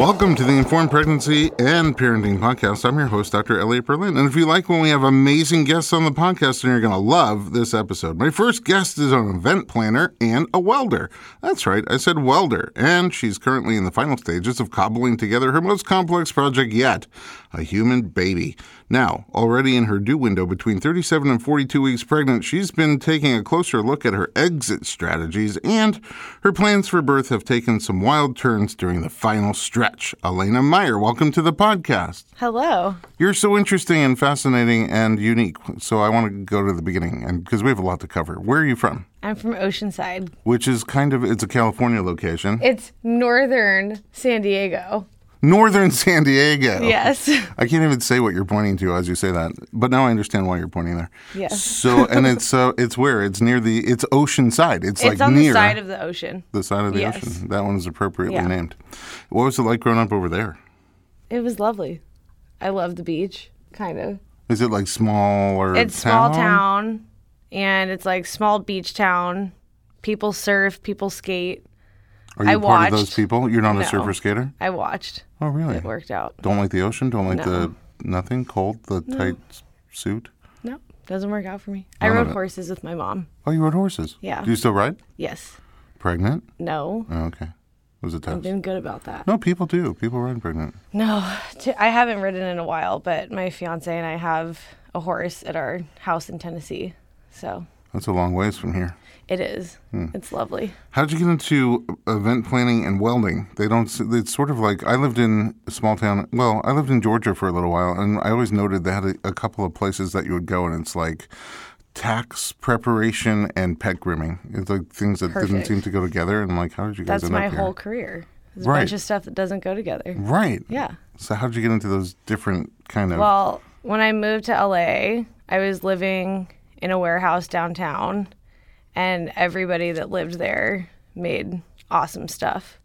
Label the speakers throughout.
Speaker 1: Welcome to the Informed Pregnancy and Parenting Podcast. I'm your host, Dr. Elliot Berlin. And if you like when we have amazing guests on the podcast, then you're going to love this episode. My first guest is an event planner and a welder. That's right, I said welder. And she's currently in the final stages of cobbling together her most complex project yet a human baby. Now, already in her due window between 37 and 42 weeks pregnant, she's been taking a closer look at her exit strategies, and her plans for birth have taken some wild turns during the final stretch. Elena Meyer, welcome to the podcast.
Speaker 2: Hello.
Speaker 1: You're so interesting and fascinating and unique. So I want to go to the beginning and because we have a lot to cover. Where are you from?
Speaker 2: I'm from Oceanside.
Speaker 1: Which is kind of it's a California location.
Speaker 2: It's northern San Diego.
Speaker 1: Northern San Diego.
Speaker 2: Oh. Yes.
Speaker 1: I can't even say what you're pointing to as you say that, but now I understand why you're pointing there.
Speaker 2: Yes.
Speaker 1: So and it's uh, it's where it's near the it's ocean side. It's,
Speaker 2: It's
Speaker 1: like
Speaker 2: on
Speaker 1: near
Speaker 2: the side of the ocean.
Speaker 1: the side of the
Speaker 2: Yes.
Speaker 1: ocean. That one is appropriately
Speaker 2: Yeah.
Speaker 1: named. What was it like growing up over there?
Speaker 2: It was lovely. I love the beach, kind of.
Speaker 1: Is it like small or
Speaker 2: It's small town and it's like small beach town. People surf, people skate.
Speaker 1: Are you
Speaker 2: I
Speaker 1: part of those
Speaker 2: watched.
Speaker 1: people? You're not a
Speaker 2: No.
Speaker 1: surfer skater?
Speaker 2: I watched.
Speaker 1: Oh really?
Speaker 2: It worked out.
Speaker 1: Don't like the ocean. Don't like the
Speaker 2: No.
Speaker 1: nothing cold. The tight s- suit.
Speaker 2: No, doesn't work out for me. I
Speaker 1: None of
Speaker 2: rode
Speaker 1: it.
Speaker 2: horses with my mom.
Speaker 1: Oh, you rode horses.
Speaker 2: Yeah.
Speaker 1: Do you still ride?
Speaker 2: Yes.
Speaker 1: Pregnant?
Speaker 2: No.
Speaker 1: Oh, okay. Was it tough?
Speaker 2: Been good about that.
Speaker 1: No, people do. People ride pregnant.
Speaker 2: No, t- I haven't ridden in a while, but my fiance and I have a horse at our house in Tennessee. So
Speaker 1: That's a long ways from here.
Speaker 2: it is.
Speaker 1: Hmm.
Speaker 2: It's lovely.
Speaker 1: How did you get into event planning and welding? They don't. s- It's sort of like I lived in a small town. Well, I lived in Georgia for a little while, and I always noted they had a, a couple of places that you would go, and it's like tax preparation and pet grooming. It's like things that didn't
Speaker 2: Perfect.
Speaker 1: seem to go together. And I'm like, how did you guys
Speaker 2: That's
Speaker 1: end
Speaker 2: my
Speaker 1: up here?
Speaker 2: whole career. There's a
Speaker 1: Right. Mm.
Speaker 2: bunch of stuff that doesn't go together.
Speaker 1: Right.
Speaker 2: Yeah.
Speaker 1: So how did you get into those different kind of?
Speaker 2: Well, when I moved to LA, I was living in a warehouse downtown, and everybody that lived there made awesome stuff.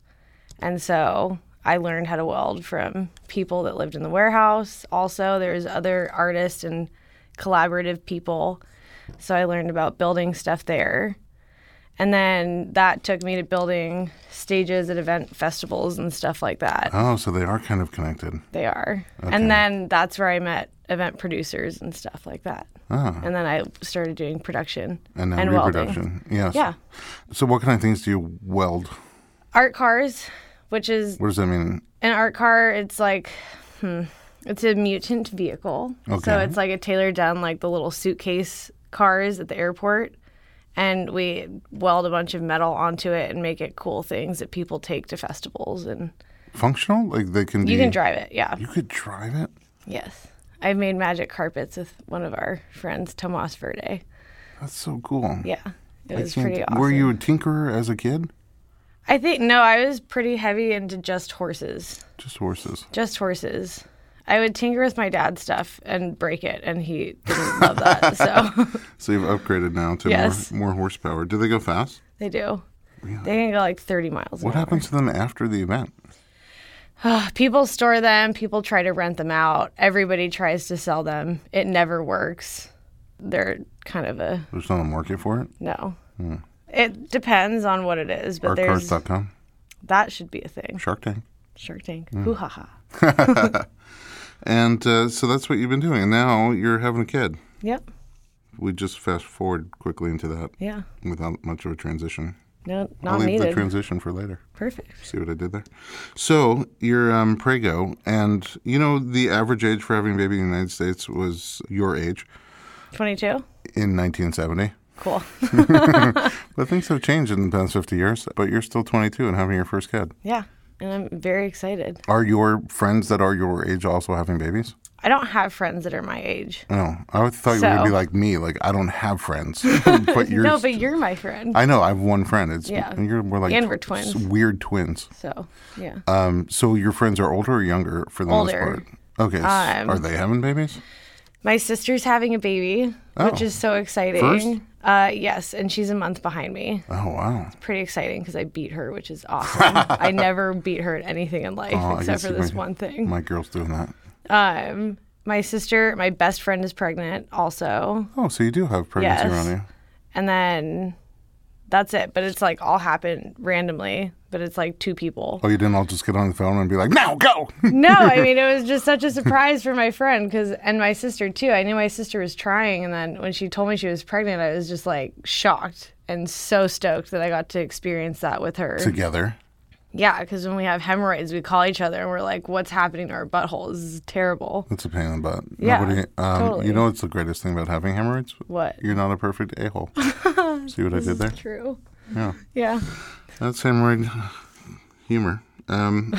Speaker 2: And so I learned how to weld from people that lived in the warehouse. Also, there was other artists and collaborative people. So I learned about building stuff there. And then that took me to building stages at event festivals and stuff like that.
Speaker 1: oh, so they are kind of connected.
Speaker 2: They are. And then that's where I met event producers and stuff like that. And then I started doing production
Speaker 1: and now
Speaker 2: welding.
Speaker 1: reproduction. Yes.
Speaker 2: Yeah.
Speaker 1: So what kind of things do you weld?
Speaker 2: Art cars, which is
Speaker 1: What does that mean?
Speaker 2: an art car, it's like, hmm, it's a mutant vehicle. So
Speaker 1: Okay.
Speaker 2: it's like a tailor down, like the little suitcase cars at the airport. And we weld a bunch of metal onto it and make it cool things that people take to festivals. And
Speaker 1: Functional? Like they can be.
Speaker 2: you can drive it. Yeah.
Speaker 1: You could drive it.
Speaker 2: Yes. I've made magic carpets with one of our friends, Tomas Verde.
Speaker 1: That's so cool.
Speaker 2: Yeah, it
Speaker 1: I
Speaker 2: was
Speaker 1: can't-
Speaker 2: pretty awesome.
Speaker 1: Were you a tinkerer as a kid?
Speaker 2: I think no, I was pretty heavy into just horses.
Speaker 1: Just horses.
Speaker 2: Just horses. I would tinker with my dad's stuff and break it, and he didn't love that. So
Speaker 1: So you've upgraded now to
Speaker 2: Yes.
Speaker 1: more, more horsepower. Do they go fast?
Speaker 2: they do. They can go like 30 miles.
Speaker 1: What happens to them after the event?
Speaker 2: People store them. People try to rent them out. Everybody tries to sell them. It never works. They're kind of a
Speaker 1: There's not a market for it.
Speaker 2: no.
Speaker 1: Hmm.
Speaker 2: It depends on what it is, but there's
Speaker 1: Artcars.com,
Speaker 2: that should be a thing.
Speaker 1: Shark Tank.
Speaker 2: Shark Tank.
Speaker 1: Hmm.
Speaker 2: Hoo ha ha.
Speaker 1: And uh, so that's what you've been doing. And now you're having a kid.
Speaker 2: Yep.
Speaker 1: We just fast forward quickly into that
Speaker 2: Yeah.
Speaker 1: without much of a transition.
Speaker 2: No,
Speaker 1: I'll
Speaker 2: not
Speaker 1: leave the
Speaker 2: needed.
Speaker 1: transition for later.
Speaker 2: Perfect.
Speaker 1: See what I did there? So you're um, Prego, and you know the average age for having a baby in the United States was your age
Speaker 2: 22?
Speaker 1: in 1970.
Speaker 2: Cool.
Speaker 1: But things have changed in the past 50 years. But you're still 22 and having your first kid.
Speaker 2: yeah. And I'm very excited.
Speaker 1: Are your friends that are your age also having babies?
Speaker 2: I don't have friends that are my age.
Speaker 1: No, I would- thought you were gonna be
Speaker 2: So-
Speaker 1: like me, like I don't have friends. but you're.
Speaker 2: No, but you're my friend.
Speaker 1: I know I have one friend. It's
Speaker 2: Yeah.
Speaker 1: and you're more like
Speaker 2: And we're
Speaker 1: tw-
Speaker 2: twins.
Speaker 1: weird twins.
Speaker 2: so, yeah.
Speaker 1: Um, so your friends are older or younger for the
Speaker 2: Older.
Speaker 1: most part. Okay, s-
Speaker 2: Um,
Speaker 1: are they having babies?
Speaker 2: My sister's having a baby, which
Speaker 1: Oh.
Speaker 2: is so exciting.
Speaker 1: First?
Speaker 2: Uh, yes, and she's a month behind me.
Speaker 1: Oh wow.
Speaker 2: Pretty exciting because I beat her, which is awesome. I never beat her at anything in life
Speaker 1: Oh, I
Speaker 2: except
Speaker 1: can
Speaker 2: for
Speaker 1: see
Speaker 2: this
Speaker 1: my-
Speaker 2: one thing.
Speaker 1: My girl's doing that.
Speaker 2: Um, my sister, my best friend, is pregnant also.
Speaker 1: Oh, so you do have pregnancy
Speaker 2: Yes.
Speaker 1: around you.
Speaker 2: And then that's it. But it's like all happened randomly. But it's like two people.
Speaker 1: Oh, you didn't all just get on the phone and be like, now go.
Speaker 2: No, I mean it was just such a surprise for my friend because and my sister too. I knew my sister was trying, and then when she told me she was pregnant, I was just like shocked and so stoked that I got to experience that with her.
Speaker 1: Together.
Speaker 2: Yeah, because when we have hemorrhoids, we call each other and we're like, "What's happening to our buttholes? This is terrible."
Speaker 1: That's a pain in the butt.
Speaker 2: Yeah,
Speaker 1: um,
Speaker 2: totally.
Speaker 1: You know what's the greatest thing about having hemorrhoids?
Speaker 2: What?
Speaker 1: You're not a perfect a hole. See what I did there?
Speaker 2: True.
Speaker 1: Yeah.
Speaker 2: Yeah.
Speaker 1: That's hemorrhoid humor. Um,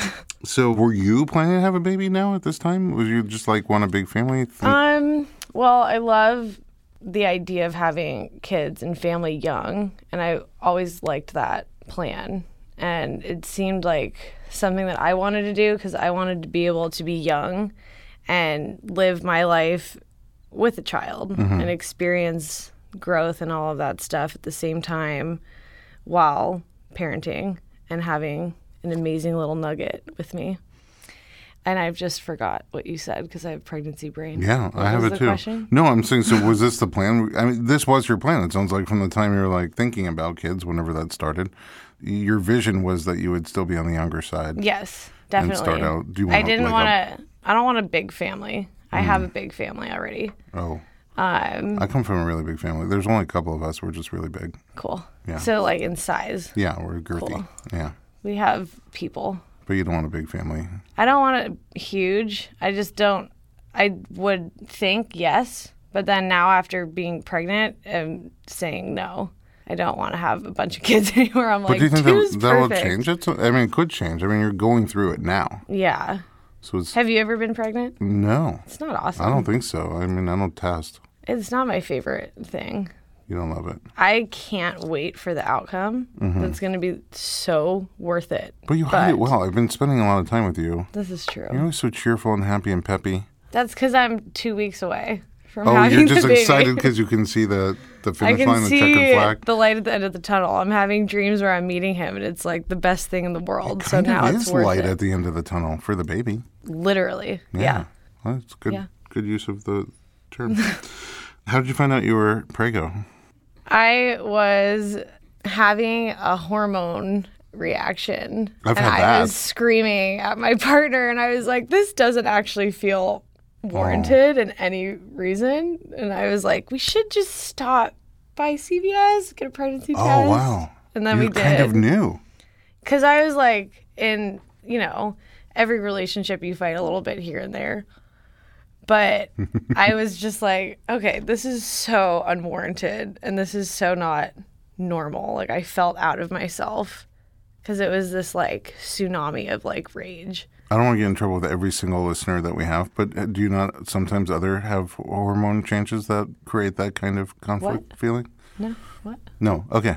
Speaker 1: so, were you planning to have a baby now at this time? Was you just like want a big family? Think-
Speaker 2: Um, well, I love the idea of having kids and family young, and I always liked that plan. And it seemed like something that I wanted to do because I wanted to be able to be young and live my life with a child and experience growth and all of that stuff at the same time while parenting and having an amazing little nugget with me. And I've just forgot what you said because I have pregnancy brain.
Speaker 1: yeah,
Speaker 2: What
Speaker 1: I have
Speaker 2: was
Speaker 1: it
Speaker 2: the
Speaker 1: too.
Speaker 2: question?
Speaker 1: No, I'm saying, so was this the plan? I mean, this was your plan. It sounds like from the time you were like thinking about kids, whenever that started, your vision was that you would still be on the younger side.
Speaker 2: Yes, definitely.
Speaker 1: start out- do you
Speaker 2: I
Speaker 1: wanna,
Speaker 2: didn't
Speaker 1: like, Mm-hmm.
Speaker 2: want to. I don't want a big family. I have a big family already.
Speaker 1: Oh,
Speaker 2: Um,
Speaker 1: I come from a really big family. There's only a couple of us. We're just really big.
Speaker 2: cool.
Speaker 1: Yeah.
Speaker 2: So like in size,
Speaker 1: Yeah, we're girthy.
Speaker 2: Cool.
Speaker 1: Yeah.
Speaker 2: we have people.
Speaker 1: But you don't want a big family.
Speaker 2: I don't want it huge. I just don't. I would think yes, but then now after being pregnant, I'm saying no. I don't want to have a bunch of kids anymore. I'm like,
Speaker 1: Do you think
Speaker 2: two's
Speaker 1: that, that will
Speaker 2: perfect.
Speaker 1: change? It's, I mean, it could change. I mean, you're going through it now.
Speaker 2: Yeah.
Speaker 1: So it's
Speaker 2: Have you ever been pregnant?
Speaker 1: no.
Speaker 2: It's not
Speaker 1: Mm. I
Speaker 2: awesome.
Speaker 1: don't think so. I mean, I don't test.
Speaker 2: It's not my favorite thing.
Speaker 1: You don't love it.
Speaker 2: I can't wait for the outcome. That's going to be so worth it.
Speaker 1: Mm-hmm. But you hide it well. I've been spending a lot of time with you.
Speaker 2: This is true.
Speaker 1: You're always so cheerful and happy and peppy.
Speaker 2: That's because I'm two weeks away from
Speaker 1: Oh,
Speaker 2: having
Speaker 1: you're just
Speaker 2: the baby.
Speaker 1: excited because you can see the, the
Speaker 2: I
Speaker 1: finish
Speaker 2: can
Speaker 1: line, the check and
Speaker 2: see
Speaker 1: flag.
Speaker 2: the light at the end of the tunnel. I'm having dreams where I'm meeting him, and it's like the best thing in the world. so
Speaker 1: Kind of
Speaker 2: now
Speaker 1: is
Speaker 2: it's worth
Speaker 1: light
Speaker 2: it.
Speaker 1: at the end of the tunnel for the baby.
Speaker 2: Literally, yeah.
Speaker 1: Well, that's good.
Speaker 2: Yeah.
Speaker 1: Good use of the term. How did you find out you were prego?
Speaker 2: I was having a hormone reaction,
Speaker 1: I've
Speaker 2: and
Speaker 1: had
Speaker 2: I
Speaker 1: that.
Speaker 2: was screaming at my partner, and I was like, "This doesn't actually feel
Speaker 1: Oh.
Speaker 2: warranted in any reason." And I was like, "We should just stop by CVS, get a pregnancy test."
Speaker 1: Oh wow!
Speaker 2: And then
Speaker 1: you
Speaker 2: we
Speaker 1: kind
Speaker 2: did.
Speaker 1: of knew.
Speaker 2: Because I was like, in, you know, every relationship you fight a little bit here and there. But I was just like, okay, this is so unwarranted and this is so not normal. Like, I felt out of myself because it was this like tsunami of like rage.
Speaker 1: I don't want to get in trouble with every single listener that we have, but uh, do you not sometimes other have hormone changes that create that kind of conflict feeling?
Speaker 2: No, what?
Speaker 1: No. Okay.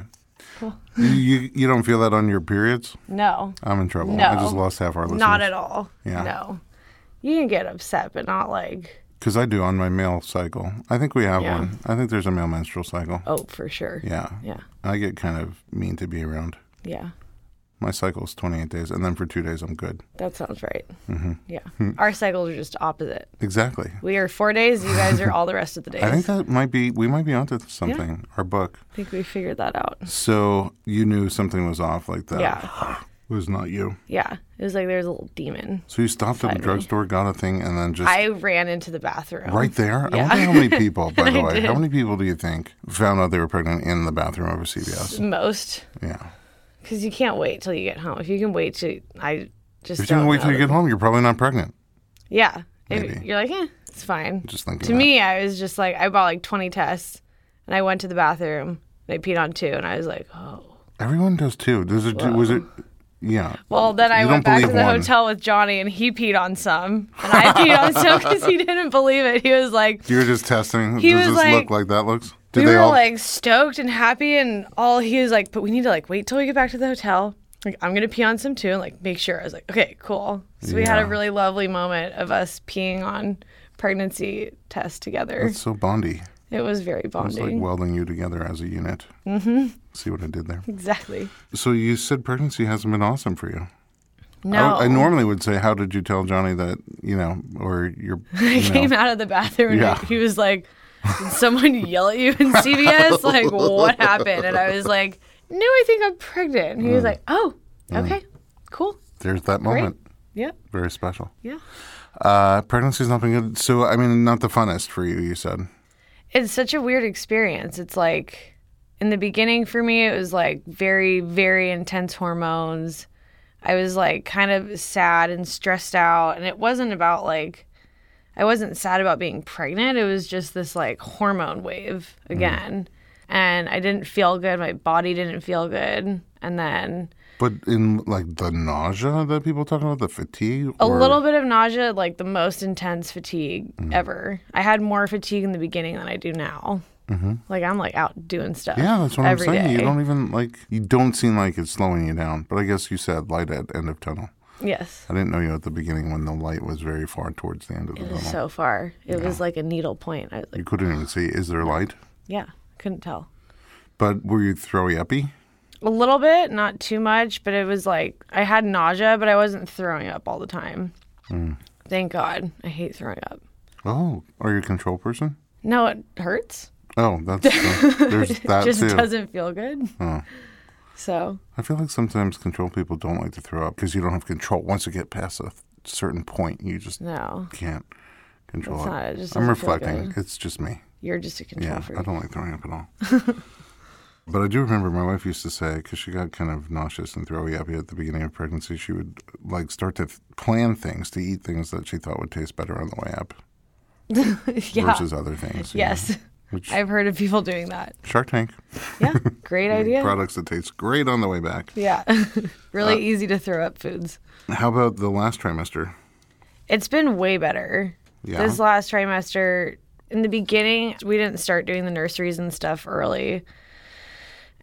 Speaker 1: Cool. You you don't feel that on your periods?
Speaker 2: No,
Speaker 1: I'm in trouble.
Speaker 2: No.
Speaker 1: I just lost half our listeners.
Speaker 2: not at all.
Speaker 1: Yeah.
Speaker 2: No. You can get upset, but not like,
Speaker 1: Because I do on my male cycle. I think we have
Speaker 2: Yeah.
Speaker 1: one. I think there's a male menstrual cycle.
Speaker 2: oh, for sure.
Speaker 1: Yeah.
Speaker 2: Yeah.
Speaker 1: I get kind of mean to be around.
Speaker 2: Yeah.
Speaker 1: My cycle's 28 days, and then for two days I'm good.
Speaker 2: That sounds right. Yeah. Our cycles are just opposite.
Speaker 1: Exactly.
Speaker 2: We are four days. You guys are all the rest of the days.
Speaker 1: I think that might be, we might be onto something, our book.
Speaker 2: I think we figured that out.
Speaker 1: So you knew something was off like that.
Speaker 2: Yeah.
Speaker 1: was not you.
Speaker 2: Yeah. It was like there was a little demon.
Speaker 1: So you stopped at the drugstore, got a thing, and then just
Speaker 2: I ran into the bathroom.
Speaker 1: right there. I
Speaker 2: Yeah.
Speaker 1: wonder how many people, by the way, how many people do you think found out they were pregnant in the bathroom of a CVS?
Speaker 2: Most.
Speaker 1: Yeah.
Speaker 2: Because you can't wait till you get home. If you can wait till I just.
Speaker 1: If you don't wait till you get home, you're probably not pregnant.
Speaker 2: Yeah. If
Speaker 1: Maybe.
Speaker 2: You're like, eh, it's fine.
Speaker 1: Just thinking.
Speaker 2: to
Speaker 1: that.
Speaker 2: me, I was just like, I bought like 20 tests and I went to the bathroom and I peed on two and I was like, oh.
Speaker 1: everyone does too. Does it? Was it? Yeah.
Speaker 2: Well, then I
Speaker 1: You
Speaker 2: went
Speaker 1: don't
Speaker 2: back to
Speaker 1: believe
Speaker 2: the
Speaker 1: one.
Speaker 2: hotel with Johnny and he peed on some. And I peed on some because he didn't believe it. He was like,
Speaker 1: You were just testing.
Speaker 2: He
Speaker 1: Does this
Speaker 2: was
Speaker 1: look
Speaker 2: like-
Speaker 1: like that looks? Did
Speaker 2: we
Speaker 1: they
Speaker 2: were
Speaker 1: all?
Speaker 2: like stoked and happy and all he was like but we need to like wait till we get back to the hotel like i'm gonna pee on some too and like make sure i was like okay cool so we had a
Speaker 1: Yeah.
Speaker 2: really lovely moment of us peeing on pregnancy tests together
Speaker 1: it's so bondy.
Speaker 2: it was very
Speaker 1: It's like
Speaker 2: bonding
Speaker 1: welding you together as a unit. Mm-hmm. See what I did there.
Speaker 2: exactly
Speaker 1: So you said pregnancy hasn't been awesome for you.
Speaker 2: no
Speaker 1: I, I normally would say, "How did you tell Johnny that?" You know, or your.
Speaker 2: I
Speaker 1: You know.
Speaker 2: came out of the bathroom and
Speaker 1: Yeah.
Speaker 2: he was like, Did someone yell at you in CVS? like, what happened? And I was like, no, I think I'm pregnant. And he
Speaker 1: Mm.
Speaker 2: was like, oh, okay, cool.
Speaker 1: There's that moment.
Speaker 2: Yep.
Speaker 1: Very special.
Speaker 2: Yeah.
Speaker 1: Uh, pregnancy's not been good. So, I mean, not the funnest for you, you said.
Speaker 2: It's such a weird experience. It's like in the beginning for me, it was like very, very intense hormones. I was like kind of sad and stressed out. And it wasn't about like, I wasn't sad about being pregnant. It was just this like hormone wave again. And I didn't feel good. My body didn't feel good. And then
Speaker 1: But in like the nausea that people talk about, the fatigue?
Speaker 2: a little bit of nausea, like the most intense fatigue
Speaker 1: Mm-hmm.
Speaker 2: ever. I had more fatigue in the beginning than I do now. Like I'm like out doing stuff.
Speaker 1: Mm-hmm. Yeah, that's what
Speaker 2: every
Speaker 1: I'm saying. You
Speaker 2: day.
Speaker 1: don't even like, you don't seem like it's slowing you down. But I guess you said light at end of tunnel.
Speaker 2: Yes.
Speaker 1: I didn't know you at the beginning when the light was very far towards the end of the
Speaker 2: It
Speaker 1: tunnel.
Speaker 2: was so far. It was like a needle point. I was
Speaker 1: Oh. you
Speaker 2: like,
Speaker 1: couldn't even see, is there light?
Speaker 2: yeah, couldn't tell.
Speaker 1: But were you throwy uppy?
Speaker 2: A little bit, not too much, but it was like I had nausea, but I wasn't throwing up all the time.
Speaker 1: Mm.
Speaker 2: Thank God. I hate throwing up.
Speaker 1: Oh, are you a control person?
Speaker 2: No, it hurts.
Speaker 1: Oh, that's uh, there's that
Speaker 2: Just
Speaker 1: too.
Speaker 2: doesn't feel good. So
Speaker 1: I feel like sometimes control people don't like to throw up because you don't have control. Once you get past a certain point, you just
Speaker 2: no,
Speaker 1: can't control
Speaker 2: It's
Speaker 1: it.
Speaker 2: not- it just
Speaker 1: I'm
Speaker 2: doesn't feel
Speaker 1: reflecting. It's just me.
Speaker 2: you're just a control
Speaker 1: Yeah,
Speaker 2: freak.
Speaker 1: I don't like throwing up at all. but I do remember my wife used to say because she got kind of nauseous and throwy up at the beginning of pregnancy, she would like start to th- plan things to eat things that she thought would taste better on the way up
Speaker 2: yeah.
Speaker 1: versus other things. you know?
Speaker 2: Yes.
Speaker 1: Which-
Speaker 2: I've heard of people doing that.
Speaker 1: Shark Tank
Speaker 2: Yeah. Great idea.
Speaker 1: products that taste great on the way back.
Speaker 2: Yeah.
Speaker 1: Uh,
Speaker 2: really easy to throw up foods.
Speaker 1: How about the last trimester?
Speaker 2: It's been way better.
Speaker 1: Yeah.
Speaker 2: This last trimester, in the beginning, we didn't start doing the nurseries and stuff early.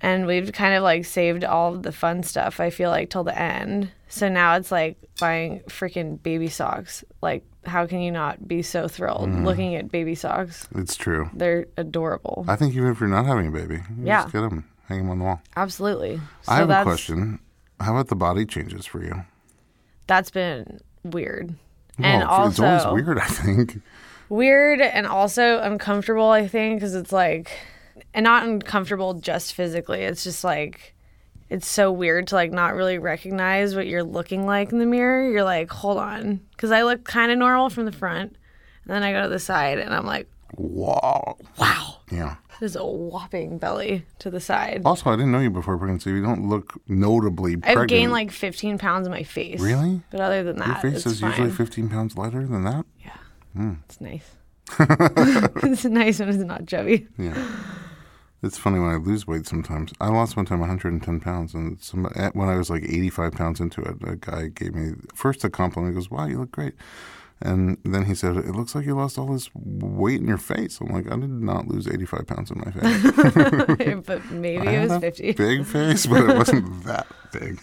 Speaker 2: And we've kind of like saved all of the fun stuff, I feel like, till the end. So now it's like buying freaking baby socks. Like, how can you not be so thrilled
Speaker 1: Mm.
Speaker 2: looking at baby socks?
Speaker 1: It's true.
Speaker 2: They're adorable.
Speaker 1: I think even if you're not having a baby, you
Speaker 2: Yeah.
Speaker 1: just get them, hang them on the wall.
Speaker 2: Absolutely. So
Speaker 1: I have a
Speaker 2: that's-
Speaker 1: question. How about the body changes for you?
Speaker 2: that's been weird and
Speaker 1: Well,
Speaker 2: also
Speaker 1: it's always weird. I think
Speaker 2: weird and also uncomfortable i think because it's like and not uncomfortable just physically it's just like it's so weird to like not really recognize what you're looking like in the mirror you're like hold on because i look kind of normal from the front and then i go to the side and i'm like
Speaker 1: wow, wow, yeah.
Speaker 2: there's a whopping belly to the side
Speaker 1: Also, I didn't know you before pregnancy. You don't look notably pregnant.
Speaker 2: i've gained like 15 pounds in my face
Speaker 1: Really?
Speaker 2: but other than
Speaker 1: your
Speaker 2: that
Speaker 1: face
Speaker 2: it's
Speaker 1: is
Speaker 2: fine.
Speaker 1: usually 15 pounds lighter than that.
Speaker 2: it's nice it's nice when it's not chubby
Speaker 1: Yeah. It's funny when I lose weight sometimes. I lost one time 110 pounds, and some, at- when I was like 85 pounds into it, a guy gave me first a compliment. He goes, Wow, you look great. And then he said, It looks like you lost all this weight in your face. I'm like, I did not lose 85 pounds in my face.
Speaker 2: but maybe
Speaker 1: I
Speaker 2: it
Speaker 1: had
Speaker 2: was
Speaker 1: a
Speaker 2: 50.
Speaker 1: Big face, but it wasn't that big.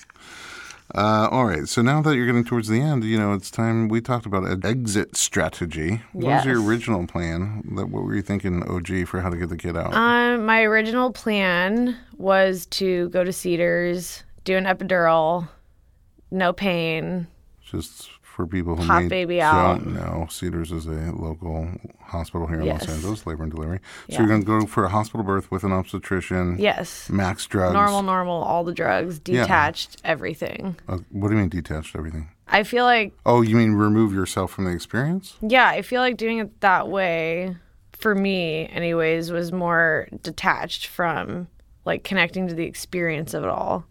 Speaker 1: Uh, all right. So now that you're getting towards the end, you know, it's time we talked about an exit strategy. What was your
Speaker 2: Yes.
Speaker 1: original plan? That, what were you thinking, OG, for how to get the kid out?
Speaker 2: Um, my original plan was to go to Cedars, do an epidural, no pain.
Speaker 1: just for people who
Speaker 2: Pop
Speaker 1: may
Speaker 2: baby
Speaker 1: don't
Speaker 2: out.
Speaker 1: know, Cedars is a local hospital here in
Speaker 2: Yes.
Speaker 1: Los Angeles, labor and delivery. So
Speaker 2: Yeah.
Speaker 1: you're going to go for a hospital birth with an obstetrician,
Speaker 2: Yes.
Speaker 1: max drugs.
Speaker 2: Normal, normal, all the drugs, detached, everything.
Speaker 1: Uh, what do you mean detached everything?
Speaker 2: I feel like,
Speaker 1: Oh, you mean remove yourself from the experience?
Speaker 2: yeah, I feel like doing it that way, for me, anyways, was more detached from like connecting to the experience of it all.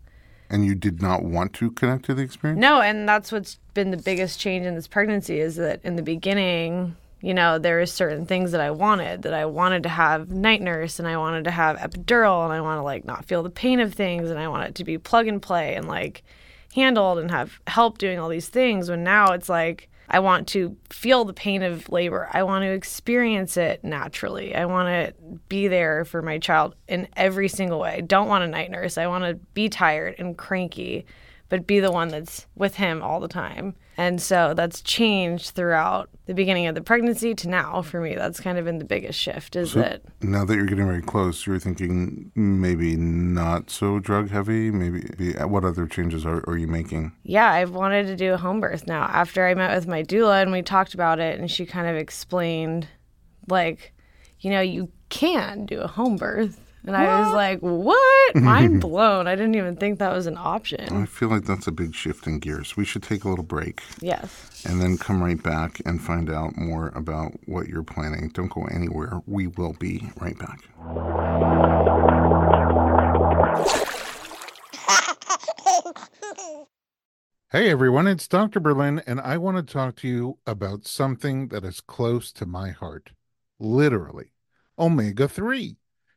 Speaker 1: And you did not want to connect to the experience?
Speaker 2: No, and that's what's been the biggest change in this pregnancy is that in the beginning, you know, there was certain things that I wanted that I wanted to have night nurse and I wanted to have epidural and I want to like not feel the pain of things and I want it to be plug and play and like handled and have help doing all these things when now it's like I want to feel the pain of labor. I want to experience it naturally. I want to be there for my child in every single way. I don't want a night nurse. I want to be tired and cranky, but be the one that's with him all the time. And so that's changed throughout the beginning of the pregnancy to now for me. That's kind of been the biggest shift is that
Speaker 1: Now that you're getting very close, you're thinking maybe not so drug heavy. Maybe be- what other changes are, are you making?
Speaker 2: yeah, I've wanted to do a home birth now. After I met with my doula and we talked about it, and she kind of explained, like, you know, you can do a home birth. And I was like, what? What? Mind blown. I didn't even think that was an option.
Speaker 1: I feel like that's a big shift in gears. We should take a little break
Speaker 2: Yes.
Speaker 1: and then come right back and find out more about what you're planning. Don't go anywhere. We will be right back. Hey everyone, it's Dr. Berlin, and I want to talk to you about something that is close to my heart literally, omega 3.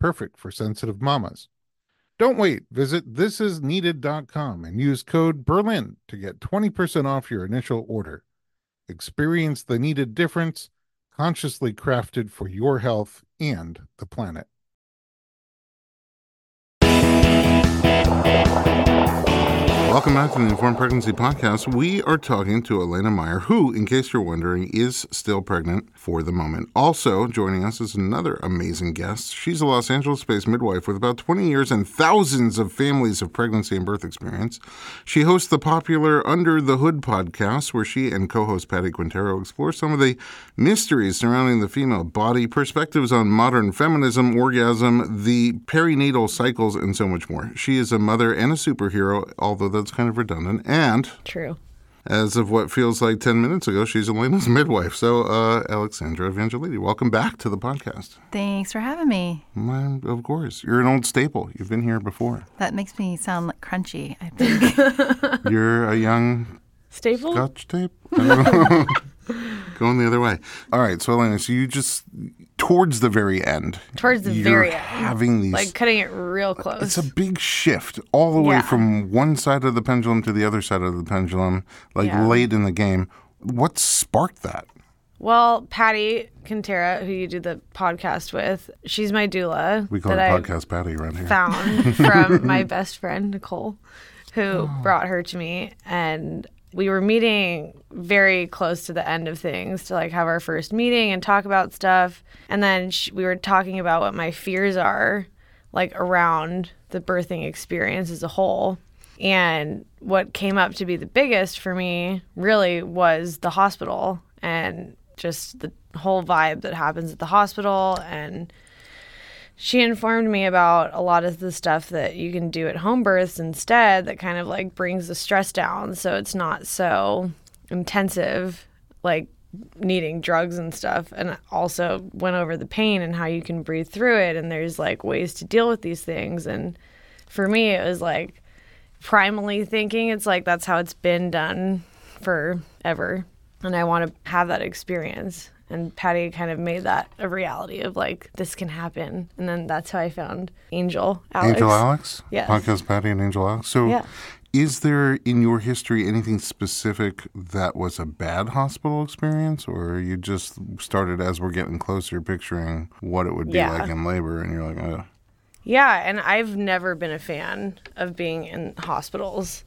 Speaker 1: perfect for sensitive mamas. Don't wait. Visit thisisneeded.com and use code Berlin to get 20% off your initial order. Experience the needed difference, consciously crafted for your health and the planet. Welcome back to the Informed Pregnancy Podcast. We are talking to Elena Meyer, who, in case you're wondering, is still pregnant for the moment. Also joining us is another amazing guest. She's a Los Angeles based midwife with about 20 years and thousands of families of pregnancy and birth experience. She hosts the popular Under the Hood podcast, where she and co host Patty Quintero explore some of the mysteries surrounding the female body, perspectives on modern feminism, orgasm, the perinatal cycles, and so much more. She is a mother and a superhero, although that's kind of redundant. And
Speaker 2: True.
Speaker 1: as of what feels like 10 minutes ago, she's Elena's midwife. So, uh, Alexandra Evangelidi, welcome back to the podcast.
Speaker 3: Thanks for having me.
Speaker 1: My, of course, you're an old staple. You've been here before.
Speaker 3: That makes me sound like crunchy. I think.
Speaker 1: You're a young
Speaker 2: Staple?
Speaker 1: Scotch tape? I don't know. Going the other way. All right, so Elena, so you just towards the very end.
Speaker 2: Towards the
Speaker 1: you're
Speaker 2: very end.
Speaker 1: Having these
Speaker 2: Like cutting it real close.
Speaker 1: it's a big shift all the way
Speaker 2: Yeah.
Speaker 1: from one side of the pendulum to the other side of the pendulum, like
Speaker 2: Yeah.
Speaker 1: late in the game. What sparked that?
Speaker 2: Well, Patty Quintera, who you do the podcast with, she's my doula
Speaker 1: We call
Speaker 2: that
Speaker 1: it
Speaker 2: I
Speaker 1: podcast patty around here.
Speaker 2: found from my best friend Nicole, who brought her to me, and we were meeting very close to the end of things to like have our first meeting and talk about stuff, and then sh we were talking about what my fears are, like around the birthing experience as a whole. And what came up to be the biggest for me really was the hospital and just the whole vibe that happens at the hospital and she informed me about a lot of the stuff that you can do at home births instead that kind of like brings the stress down so it's not so intensive like needing drugs and stuff and also went over the pain and how you can breathe through it and there's like ways to deal with these things and for me it was like primally thinking it's like that's how it's been done forever and i want to have that experience and patty kind of made that a reality of like this can happen and then that's how i found angel alex
Speaker 1: Angel Alex?
Speaker 2: Yes.
Speaker 1: Podcast Patty and Angel Alex. So
Speaker 2: Yeah.
Speaker 1: is there in your history anything specific that was a bad hospital experience or you just started as we're getting closer picturing what it would be
Speaker 2: Yeah.
Speaker 1: like in labor and you're like, oh.
Speaker 2: yeah and i've never been a fan of being in hospitals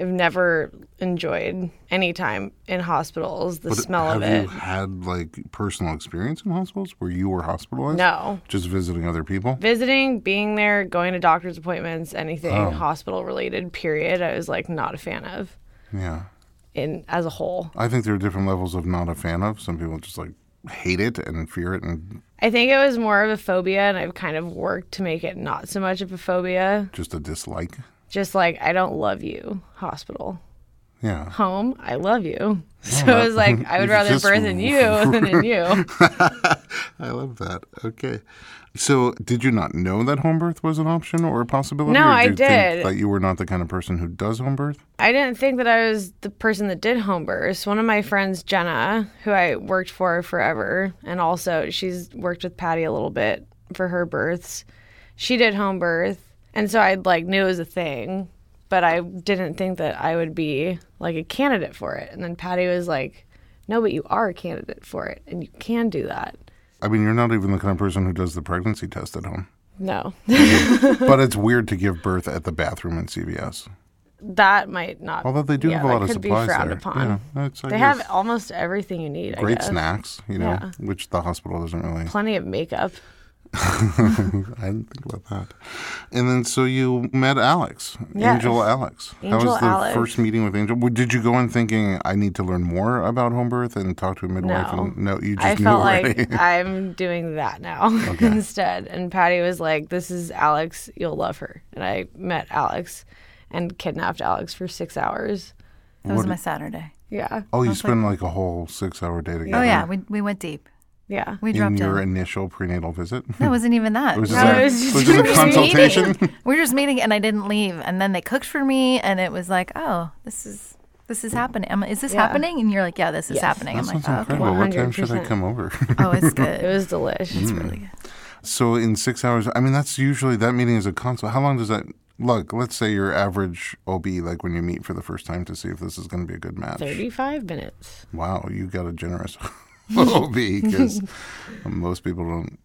Speaker 2: i've never enjoyed any time in hospitals the smell
Speaker 1: have
Speaker 2: of it
Speaker 1: you had like personal experience in hospitals where you were hospitalized?
Speaker 2: no
Speaker 1: Just visiting other people?
Speaker 2: visiting, being there, going to doctor's appointments, anything
Speaker 1: Oh.
Speaker 2: hospital related, period, I was like not a fan of
Speaker 1: Yeah.
Speaker 2: in as a whole.
Speaker 1: I think there are different levels of not a fan of. Some people just like hate it and fear it and
Speaker 2: I think it was more of a phobia and I've kind of worked to make it not so much of a phobia.
Speaker 1: just a dislike.
Speaker 2: Just like I don't love you, hospital.
Speaker 1: Yeah.
Speaker 2: Home, I love you. So it was like I would
Speaker 1: you
Speaker 2: rather
Speaker 1: just-
Speaker 2: birth in you than in you.
Speaker 1: I love that. Okay. So, did you not know that home birth was an option or a possibility?
Speaker 2: No,
Speaker 1: or
Speaker 2: I
Speaker 1: you Think
Speaker 2: did.
Speaker 1: that you were not the kind of person who does home birth.
Speaker 2: I didn't think that I was the person that did home births. One of my friends, Jenna, who I worked for forever, and also she's worked with Patty a little bit for her births. She did home birth, and so I like knew it was a thing, but I didn't think that I would be like a candidate for it. And then Patty was like, "No, but you are a candidate for it, and you can do that."
Speaker 1: I mean, you're not even the kind of person who does the pregnancy test at home.
Speaker 2: No,
Speaker 1: but it's weird to give birth at the bathroom in CVS.
Speaker 2: that might not.
Speaker 1: Although they do
Speaker 2: yeah,
Speaker 1: have a lot
Speaker 2: that
Speaker 1: of
Speaker 2: could
Speaker 1: supplies
Speaker 2: be frowned
Speaker 1: there.
Speaker 2: Upon.
Speaker 1: Yeah, that's, I
Speaker 2: they
Speaker 1: guess,
Speaker 2: have almost everything you need. I
Speaker 1: great
Speaker 2: guess.
Speaker 1: snacks, you know,
Speaker 2: Yeah.
Speaker 1: which the hospital doesn't really.
Speaker 2: Plenty of makeup.
Speaker 1: I didn't think about that. And then so you met Alex,
Speaker 2: Yes.
Speaker 1: Angel Alex. How
Speaker 2: Angel
Speaker 1: was the
Speaker 2: Alex.
Speaker 1: first meeting with Angel? Well, Did you go in thinking I need to learn more about home birth and talk to a midwife?
Speaker 2: No.
Speaker 1: and, no you just
Speaker 2: I
Speaker 1: knew
Speaker 2: felt
Speaker 1: already.
Speaker 2: like I'm doing that now instead. And Patty was like, "This is Alex. You'll love her." And I met Alex, and kidnapped Alex for six hours.
Speaker 3: That was my Saturday.
Speaker 2: Yeah,
Speaker 1: oh, you spend like a whole six-hour day together.
Speaker 3: Oh yeah, we we went deep.
Speaker 2: yeah.
Speaker 3: We
Speaker 1: in
Speaker 3: dropped
Speaker 1: your
Speaker 3: in.
Speaker 1: initial prenatal visit.
Speaker 3: That wasn't even that.
Speaker 1: Was
Speaker 3: We
Speaker 1: this a-
Speaker 2: it was just-
Speaker 1: was this a
Speaker 2: we
Speaker 3: were
Speaker 2: just
Speaker 1: consultation?
Speaker 3: meeting. we were just meeting, and I didn't leave. And then they cooked for me, and it was like, oh, this is this is happening. I'm, like, is this
Speaker 2: Yeah.
Speaker 3: happening? And you're like, yeah, this is
Speaker 2: Yes.
Speaker 3: happening.
Speaker 1: That
Speaker 3: I'm like,
Speaker 1: sounds
Speaker 3: oh, okay.
Speaker 1: incredible. What time should I
Speaker 2: 100%.
Speaker 1: come over?
Speaker 3: oh, it's
Speaker 2: It
Speaker 3: good.
Speaker 2: was delish.
Speaker 1: so in six hours, I mean, that's usually that meeting is a consult. How long does that? Look, let's say your average OB, like when you meet for the first time to see if this is going to be a good match.
Speaker 2: Thirty-five minutes.
Speaker 1: Wow, you got a generous OB because most people don't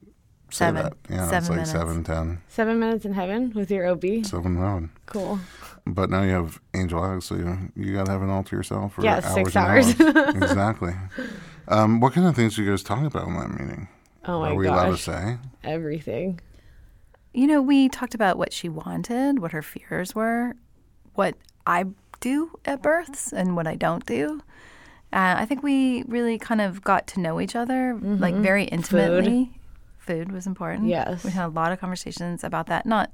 Speaker 1: say
Speaker 3: Seven.
Speaker 1: that. Yeah, it's
Speaker 3: Seven
Speaker 1: like
Speaker 3: minutes.
Speaker 1: seven, ten,
Speaker 2: Seven minutes in heaven with your OB.
Speaker 1: seven, eleven.
Speaker 2: Cool.
Speaker 1: But now you have Angel Alex, so you, you got to have an all to yourself. Or
Speaker 2: Yeah,
Speaker 1: hours
Speaker 2: six
Speaker 1: and
Speaker 2: hours.
Speaker 1: exactly. Um, what kind of things do you guys talk about in that meeting?
Speaker 2: Oh
Speaker 1: Are
Speaker 2: my
Speaker 1: we allowed to
Speaker 2: gosh.
Speaker 1: say?
Speaker 2: Everything.
Speaker 3: You know, we talked about what she wanted, what her fears were, what I do at births, and what I don't do. Uh, I think we really kind of got to know each other, like very intimately. Food. was important.
Speaker 2: Yes.
Speaker 3: We had a lot of conversations about that. Not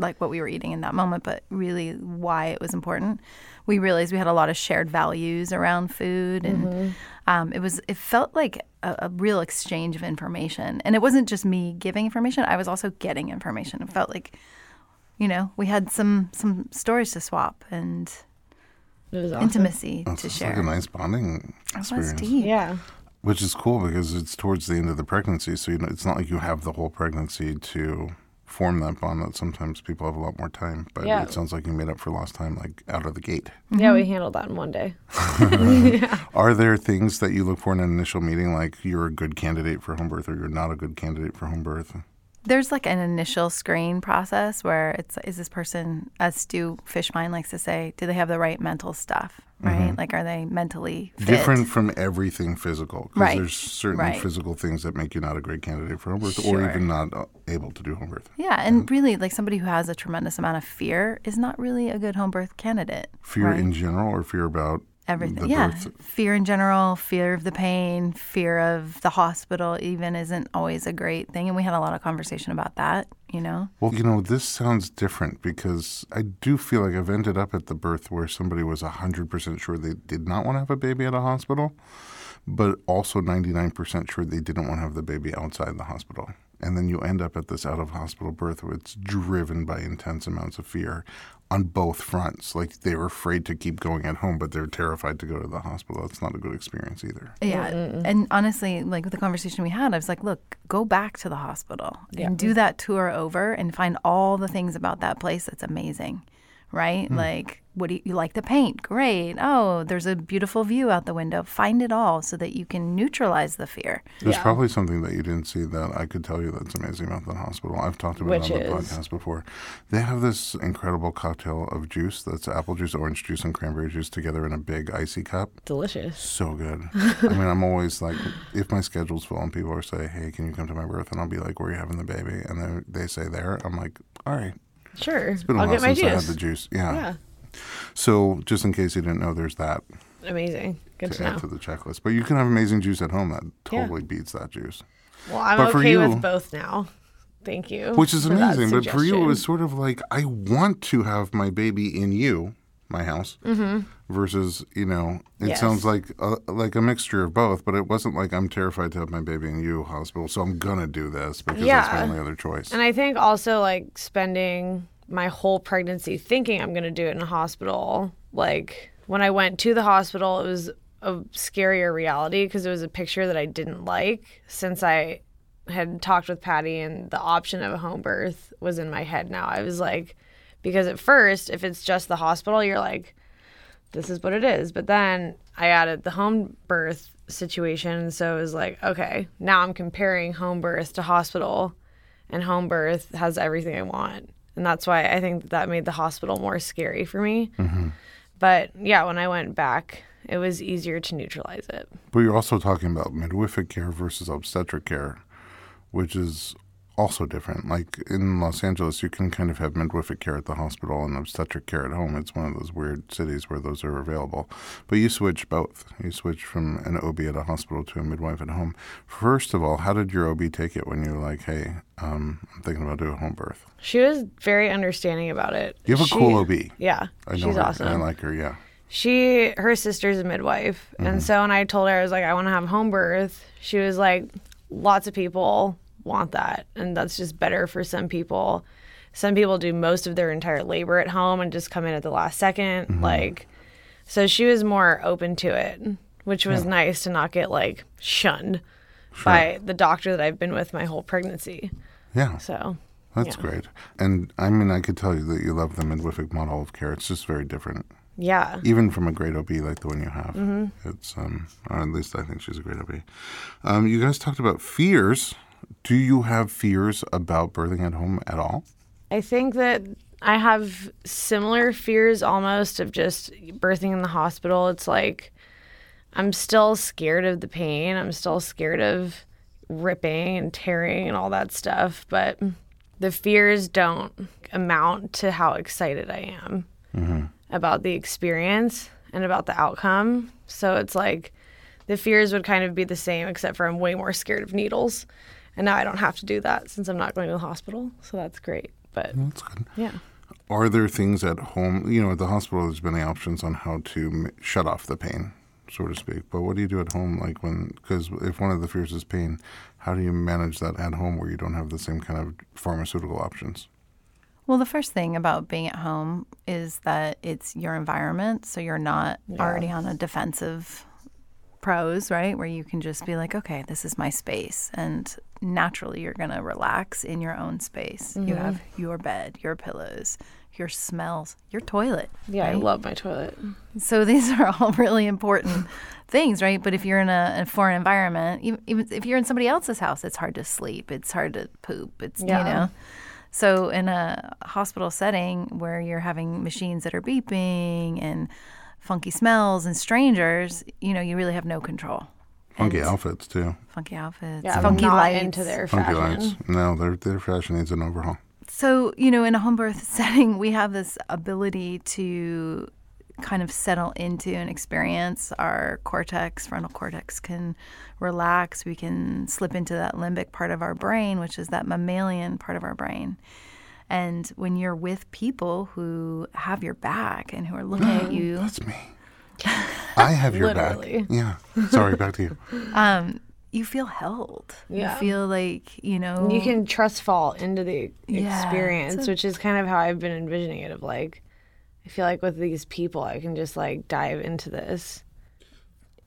Speaker 3: like what we were eating in that moment, but really why it was important. We realized we had a lot of shared values around food, and um, it was it felt like a, a real exchange of information. And it wasn't just me giving information; I was also getting information. It felt like, you know, we had some some stories to swap and
Speaker 2: It was awesome.
Speaker 3: intimacy to
Speaker 1: It's
Speaker 3: share.
Speaker 1: like a nice bonding
Speaker 3: It was
Speaker 1: experience,
Speaker 3: deep.
Speaker 2: Yeah.
Speaker 1: which is cool because it's towards the end of the pregnancy, so you know, it's not like you have the whole pregnancy to form that bond. That sometimes people have a lot more time, but
Speaker 2: Yeah.
Speaker 1: it sounds like you made up for lost time like out of the gate.
Speaker 2: Yeah, we handled that in one day.
Speaker 1: Are there things that you look for in an initial meeting, like you're a good candidate for home birth or you're not a good candidate for home birth?
Speaker 3: There's like an initial screen process where it's is this person, as Stu Fishmine likes to say, do they have the right mental stuff? Right? Like, are they mentally fit?
Speaker 1: Mm-hmm. Different from everything physical, because
Speaker 3: Right.
Speaker 1: there's certain
Speaker 3: Right.
Speaker 1: physical things that make you not a great candidate for home birth, or
Speaker 3: Sure.
Speaker 1: even not uh, able to do home birth.
Speaker 3: Yeah, and really, like somebody who has a tremendous amount of fear is not really a good home birth candidate.
Speaker 1: Fear
Speaker 3: right?
Speaker 1: in general, or fear about
Speaker 3: everything.
Speaker 1: the
Speaker 3: Yeah,
Speaker 1: birth.
Speaker 3: fear in general, fear of the pain, fear of the hospital, even isn't always a great thing. And we had a lot of conversation about that. You know,
Speaker 1: Well, you know, this sounds different because I do feel like I've ended up at the birth where somebody was 100% sure they did not want to have a baby at a hospital, but also 99% sure they didn't want to have the baby outside the hospital. And then you end up at this out of hospital birth where it's driven by intense amounts of fear on both fronts. Like they were afraid to keep going at home, but they're terrified to go to the hospital. That's not a good experience either.
Speaker 3: Yeah. And honestly, like the conversation we had, I was like, look, go back to the hospital and do that tour over and find all the things about that place that's amazing. Right? Like, what do you, you like the paint? Great. Oh, there's a beautiful view out the window. Find it all so that you can neutralize the fear.
Speaker 1: There's probably something that you didn't see that I could tell you that's amazing about that hospital. I've talked about
Speaker 2: Which
Speaker 1: it on the
Speaker 2: is?
Speaker 1: podcast before. They have this incredible cocktail of juice that's apple juice, orange juice, and cranberry juice together in a big icy cup.
Speaker 2: Delicious.
Speaker 1: So good. I mean, I'm always like, if my schedule's full and people are say, hey, can you come to my birth? And I'll be like, where are you having the baby? And they, they say there. I'm like, all right.
Speaker 2: Sure.
Speaker 1: It's been a
Speaker 2: I'll
Speaker 1: while
Speaker 2: get my
Speaker 1: since I had
Speaker 2: juice.
Speaker 1: the juice. Yeah.
Speaker 2: Yeah.
Speaker 1: So just in case you didn't know, there's that
Speaker 2: Amazing. Good
Speaker 1: to
Speaker 2: to
Speaker 1: add to
Speaker 2: know.
Speaker 1: the checklist. But you can have amazing juice at home. That
Speaker 2: Yeah.
Speaker 1: totally beats that juice.
Speaker 2: Well, I'm
Speaker 1: But for
Speaker 2: okay
Speaker 1: you-
Speaker 2: with both now. Thank you.
Speaker 1: Which is
Speaker 2: for that
Speaker 1: amazing. But for you, it was
Speaker 2: suggestion.
Speaker 1: sort of like, I want to have my baby in you, my house, versus, you know, it
Speaker 2: Mm-hmm. Yes.
Speaker 1: sounds like a, like a mixture of both, but it wasn't like I'm terrified to have my baby in you hospital, so I'm going to do this because that's my
Speaker 2: Yeah.
Speaker 1: only other choice.
Speaker 2: And I think also like spending my whole pregnancy thinking I'm going to do it in a hospital. Like when I went to the hospital, it was a scarier reality because it was a picture that I didn't like since I had talked with Patty and the option of a home birth was in my head now. I was like, because at first, if it's just the hospital, you're like, this is what it is. But then I added the home birth situation. So it was like, okay, now I'm comparing home birth to hospital and home birth has everything I want. And that's why I think that made the hospital more scary for me.
Speaker 1: Mm-hmm.
Speaker 2: But yeah, when I went back, it was easier to neutralize it.
Speaker 1: But you're also talking about midwific care versus obstetric care, which is also different. Like in Los Angeles, you can kind of have midwific care at the hospital and obstetric care at home. It's one of those weird cities where those are available. But you switch both. You switch from an OB at a hospital to a midwife at home. First of all, how did your OB take it when you were like, hey, um, I'm thinking about doing home birth?
Speaker 2: She was very understanding about it.
Speaker 1: You have a
Speaker 2: She-
Speaker 1: cool OB.
Speaker 2: Yeah,
Speaker 1: I know
Speaker 2: she's
Speaker 1: her.
Speaker 2: awesome.
Speaker 1: I like her, yeah.
Speaker 2: she her sister's a midwife and so when i told her i was like i want to have home birth she was like lots of people want that and that's just better for some people some people do most of their entire labor at home and just come in at the last 2nd like so she was more open to it which was nice to not get like shunned by the doctor that i've been with my whole pregnancy
Speaker 1: Yeah.
Speaker 2: so
Speaker 1: That's great. And I mean, I could tell you that you love the midwific model of care. It's just very different,
Speaker 2: yeah
Speaker 1: even from a great OB like the one you have. It's, um, or at least I think she's a great OB. Um, you guys talked about fears. Do you have fears about birthing at home at all?
Speaker 2: I think that I have similar fears almost of just birthing in the hospital. It's like I'm still scared of the pain. I'm still scared of ripping and tearing and all that stuff, but the fears don't amount to how excited I am about the experience and about the outcome. So it's like the fears would kind of be the same, except for I'm way more scared of needles. And now I don't have to do that since I'm not going to the hospital. So that's great. But
Speaker 1: That's good.
Speaker 2: yeah.
Speaker 1: Are there things at home? You know, at the hospital, there's many options on how to m- shut off the pain, so to speak. But what do you do at home? Like when, because if one of the fears is pain, how do you manage that at home where you don't have the same kind of pharmaceutical options?
Speaker 3: Well, the first thing about being at home is that it's your environment, so you're not already on a defensive pros, right? Where you can just be like, okay, this is my space. And naturally, you're going to relax in your own space. You have your bed, your pillows, your smells, your toilet.
Speaker 2: Yeah, I
Speaker 3: right?
Speaker 2: love my toilet.
Speaker 3: So these are all really important things, right? But if you're in a, a foreign environment, even, even if you're in somebody else's house, it's hard to sleep. It's hard to poop. It's you
Speaker 2: Yeah.
Speaker 3: know. So in a hospital setting where you're having machines that are beeping and funky smells and strangers, you know, you really have no control.
Speaker 1: Funky outfits too.
Speaker 3: Funky outfits,
Speaker 2: Yeah,
Speaker 3: funky
Speaker 2: I'm not
Speaker 3: lights.
Speaker 2: into their
Speaker 1: Funky
Speaker 2: fashion.
Speaker 1: lights. No, their their fashion needs an overhaul.
Speaker 3: So, you know, in a home birth setting, we have this ability to kind of settle into an experience. Our cortex, frontal cortex, can relax. We can slip into that limbic part of our brain, which is that mammalian part of our brain. And when you're with people who have your back and who are looking at you,
Speaker 1: That's me. I have your
Speaker 2: Literally.
Speaker 1: back. Yeah. Sorry, back to you.
Speaker 3: um, you feel held.
Speaker 2: Yeah.
Speaker 3: You feel like, you know,
Speaker 2: You can trust fall into the
Speaker 3: Yeah,
Speaker 2: experience, which is kind of how I've been envisioning it of like, I feel like with these people, I can just like dive into this.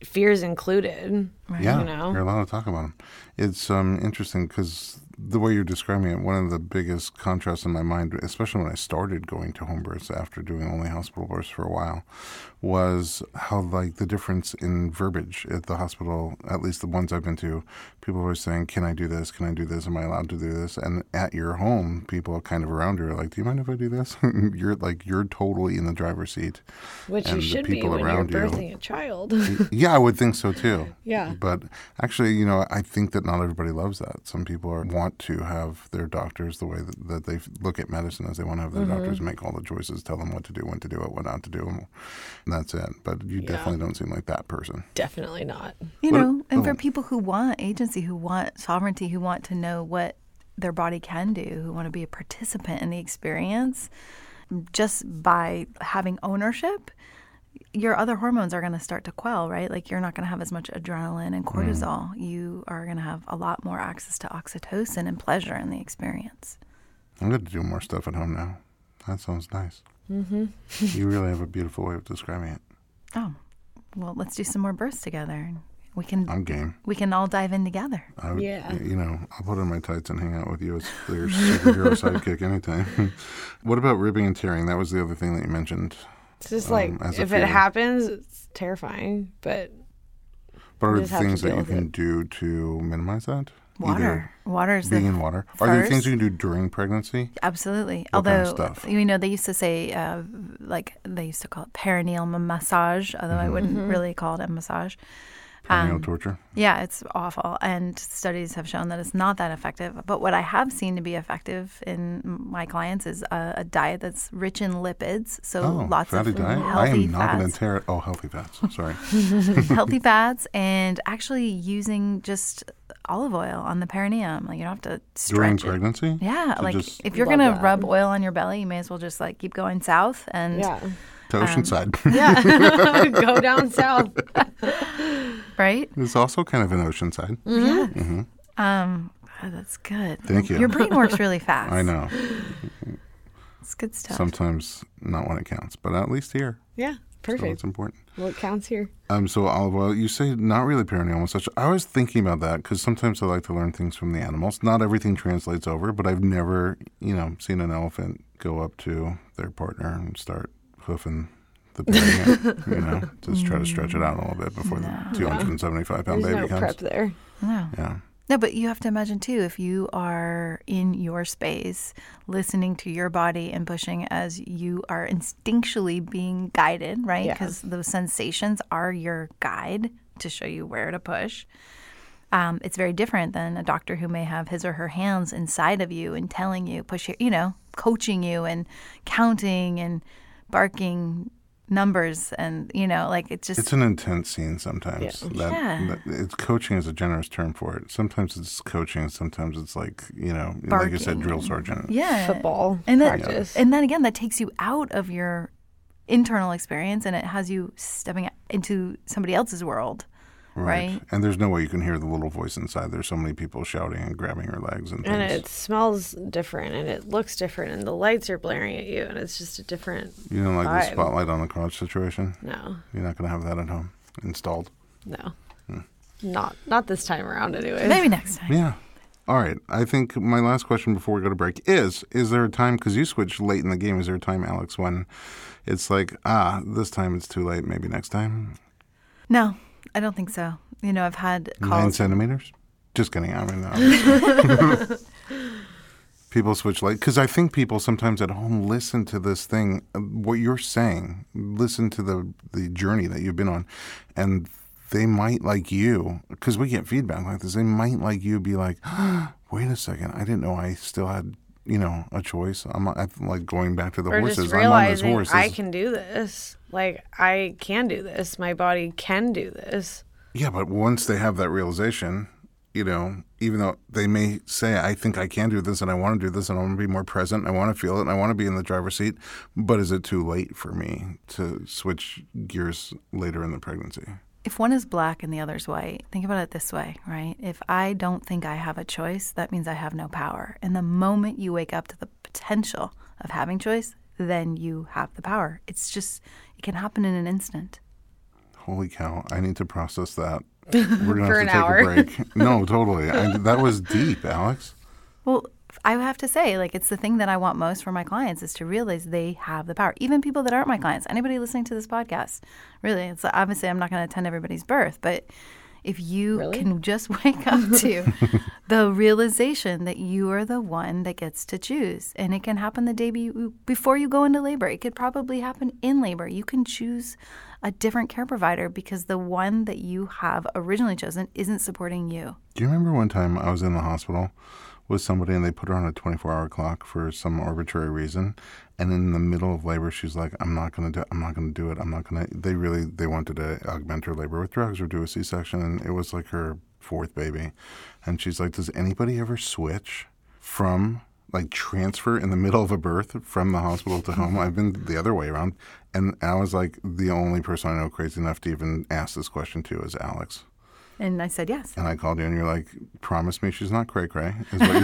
Speaker 2: Fears included.
Speaker 1: Yeah,
Speaker 2: You know?
Speaker 1: are allowed to talk about them. It's um, interesting because the way you're describing it, one of the biggest contrasts in my mind, especially when I started going to home births after doing only hospital births for a while, was how like the difference in verbiage at the hospital. At least the ones I've been to, people were saying, "Can I do this? Can I do this? Am I allowed to do this?" And at your home, people kind of around you are like, "Do you mind if I do this?" you're like, you're totally in the driver's seat.
Speaker 2: Which
Speaker 1: And
Speaker 2: you
Speaker 1: the
Speaker 2: should be
Speaker 1: people
Speaker 2: when you're
Speaker 1: around you.
Speaker 2: birthing a child.
Speaker 1: yeah, I would think so too.
Speaker 2: Yeah.
Speaker 1: But actually, you know, I think that not everybody loves that. Some people are, want to have their doctors the way that, that they look at medicine as they want to have their
Speaker 2: Mm-hmm.
Speaker 1: doctors make all the choices, tell them what to do, when to do it, what not to do, and that's it. But you definitely don't seem like that person.
Speaker 2: Definitely not.
Speaker 3: you
Speaker 1: Well,
Speaker 3: know, and
Speaker 1: oh.
Speaker 3: for people who want agency, who want sovereignty, who want to know what their body can do, who want to be a participant in the experience, just by having ownership, your other hormones are going to start to quell, right? Like you're not going to have as much adrenaline
Speaker 1: Mm.
Speaker 3: and cortisol. You are going to have a lot more access to oxytocin and pleasure in the experience.
Speaker 1: I'm going to do more stuff at home now. That sounds nice. Mm-hmm. you really have a beautiful way of describing it.
Speaker 3: Oh, well, let's do some more births together. and We can
Speaker 1: I'm Uh, game.
Speaker 3: we can all dive in together.
Speaker 1: I would,
Speaker 2: Yeah.
Speaker 1: You know, I'll put on my tights and hang out with you as your superhero sidekick anytime. what about ripping and tearing? That was the other thing that you mentioned.
Speaker 2: It's just
Speaker 1: Um, as
Speaker 2: like,
Speaker 1: a
Speaker 2: if
Speaker 1: fear.
Speaker 2: it happens, it's terrifying. But
Speaker 1: But are
Speaker 2: just
Speaker 1: there
Speaker 2: have to
Speaker 1: things that
Speaker 2: deal
Speaker 1: you
Speaker 2: with
Speaker 1: can
Speaker 2: it.
Speaker 1: do to minimize that?
Speaker 3: Water. Water is
Speaker 1: Being
Speaker 3: the
Speaker 1: in water. Are there things
Speaker 3: first-
Speaker 1: you can do during pregnancy?
Speaker 3: Absolutely.
Speaker 1: What
Speaker 3: Although
Speaker 1: kind of stuff?
Speaker 3: you know they used to say uh, like they used to call it perineal massage, although
Speaker 1: Mm-hmm.
Speaker 3: I wouldn't really call it a massage.
Speaker 1: Perineal
Speaker 3: Um,
Speaker 1: torture.
Speaker 3: Yeah, it's awful, and studies have shown that it's not that effective. But what I have seen to be effective in my clients is a, a diet that's rich in lipids, so
Speaker 1: Oh,
Speaker 3: lots
Speaker 1: fatty
Speaker 3: of
Speaker 1: diet. I
Speaker 3: healthy
Speaker 1: am not going to
Speaker 3: fats,
Speaker 1: tear it. Oh, healthy fats. Sorry.
Speaker 3: healthy fats, and actually using just olive oil on the perineum. Like you don't have to
Speaker 1: during
Speaker 3: stretch it.
Speaker 1: pregnancy.
Speaker 3: Yeah,
Speaker 1: So
Speaker 3: like
Speaker 1: just
Speaker 3: if you're
Speaker 2: Love
Speaker 3: gonna
Speaker 2: that.
Speaker 3: rub oil on your belly, you may as well just like keep going south and
Speaker 2: Yeah.
Speaker 1: to
Speaker 3: um,
Speaker 1: Oceanside.
Speaker 2: Yeah. Go down south.
Speaker 3: right.
Speaker 1: It's also kind of an Oceanside.
Speaker 3: Um, God, that's good.
Speaker 1: Thank you.
Speaker 3: Your brain works really fast.
Speaker 1: I know.
Speaker 3: It's good stuff.
Speaker 1: Sometimes not when it counts, but at least here.
Speaker 2: Yeah.
Speaker 1: So it's
Speaker 2: Perfect.
Speaker 1: important.
Speaker 2: Well, it counts here.
Speaker 1: Um, so olive oil. You say not really perineal and such. I was thinking about that because sometimes I like to learn things from the animals. Not everything translates over, but I've never, you know, seen an elephant go up to their partner and start hoofing the perineum. you know, just try to stretch it out a little bit before the 275 pound
Speaker 2: Mm. There's
Speaker 1: baby
Speaker 2: no
Speaker 1: comes.
Speaker 2: prep there.
Speaker 3: No.
Speaker 1: Yeah.
Speaker 3: No, but you have to imagine too if you are in your space, listening to your body and pushing as you are instinctually being guided, right?
Speaker 2: Yeah.
Speaker 3: Because those sensations are your guide to show you where to push. Um, it's very different than a doctor who may have his or her hands inside of you and telling you, push here, you know, coaching you and counting and barking numbers and, you know, like it's just,
Speaker 1: It's an intense scene sometimes.
Speaker 2: Yeah.
Speaker 1: That,
Speaker 3: Yeah.
Speaker 1: that- it's coaching is a generous term for it. Sometimes it's coaching. Sometimes it's like you know, like you said,
Speaker 3: Barking.
Speaker 1: drill sergeant.
Speaker 3: yeah.
Speaker 2: Football
Speaker 3: and that,
Speaker 2: practice.
Speaker 3: and then again that takes you out of your internal experience and it has you stepping into somebody else's world right.
Speaker 1: And there's no way you can hear the little voice inside. There's so many people shouting and grabbing your legs and
Speaker 2: And
Speaker 1: things.
Speaker 2: it smells different and it looks different and the lights are blaring at you and it's just a different
Speaker 1: you don't like the
Speaker 2: vibe.
Speaker 1: spotlight on the crotch situation.
Speaker 2: no.
Speaker 1: You're not going to have that at home installed.
Speaker 2: No.
Speaker 1: Hmm.
Speaker 2: Not not this time around anyway.
Speaker 3: maybe next time
Speaker 1: Yeah. All right. I think my last question before we go to break is: Is there a time? Because you switched late in the game. Is there a time, Alex, when it's like, ah, this time it's too late. Maybe next time.
Speaker 3: no i don't think so you know i've had
Speaker 1: Nine
Speaker 3: calls
Speaker 1: centimeters? Just kidding. I mean, no. people switch like because I think people sometimes at home listen to this thing, uh, what you're saying, listen to the the journey that you've been on, and they might like you because we get feedback like this. They might like you be like, wait a second, I didn't know I still had you know a choice. I'm, I'm like going back to the
Speaker 2: Or
Speaker 1: horses.
Speaker 2: just
Speaker 1: I'm on this
Speaker 2: realizing
Speaker 1: horse.
Speaker 2: I
Speaker 1: This-
Speaker 2: can do this. Like I can do this. My body can do this.
Speaker 1: Yeah, but once they have that realization, you know, even though they may say, I think I can do this and I want to do this and I want to be more present, and I want to feel it, and I want to be in the driver's seat, but is it too late for me to switch gears later in the pregnancy?
Speaker 3: if one is black and the other's white think about it this way right if i don't think i have a choice that means i have no power and the moment you wake up to the potential of having choice then you have the power it's just it can happen in an instant
Speaker 1: Holy cow, I need to process that. We're going to
Speaker 2: For
Speaker 1: have to
Speaker 2: an
Speaker 1: take
Speaker 2: hour.
Speaker 1: a break. No, totally. I, that was deep, Alex.
Speaker 3: Well, I have to say, like, it's the thing that I want most for my clients is to realize they have the power. Even people that aren't my clients, anybody listening to this podcast, really, it's obviously I'm not going to attend everybody's birth, but if you can just wake up to the realization that you are the one that gets to choose, and it can happen the day be- before you go into labor, it could probably happen in labor. You can choose a different care provider because the one that you have originally chosen isn't supporting you.
Speaker 1: Do you remember one time I was in the hospital with somebody and they put her on a 24 hour clock for some arbitrary reason? And in the middle of labor, she's like, I'm not going to do I'm not going to do it. I'm not going to. They really, they wanted to augment her labor with drugs or do a C section. And it was like her fourth baby. And she's like, Does anybody ever switch from like transfer in the middle of a birth from the hospital to home? I've been the other way around. And I was like, The only person I know crazy enough to even ask this question to is Alex.
Speaker 3: And I said, yes.
Speaker 1: And I called you, and you're like, "Promise me she's not cray cray," is what you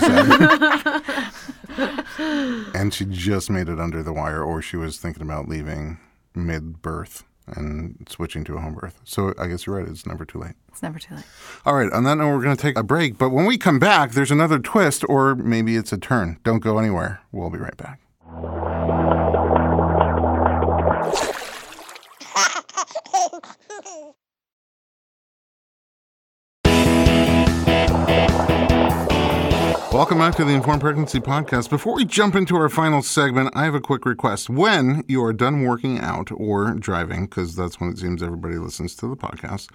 Speaker 1: said. and she just made it under the wire, or she was thinking about leaving mid birth and switching to a home birth. So I guess you're right; it's never too late.
Speaker 3: It's never too late.
Speaker 1: All right. On that note, we're going to take a break. But when we come back, there's another twist, or maybe it's a turn. Don't go anywhere. We'll be right back. Welcome back to the Informed Pregnancy Podcast. Before we jump into our final segment, I have a quick request. When you are done working out or driving, because that's when it seems everybody listens to the podcast,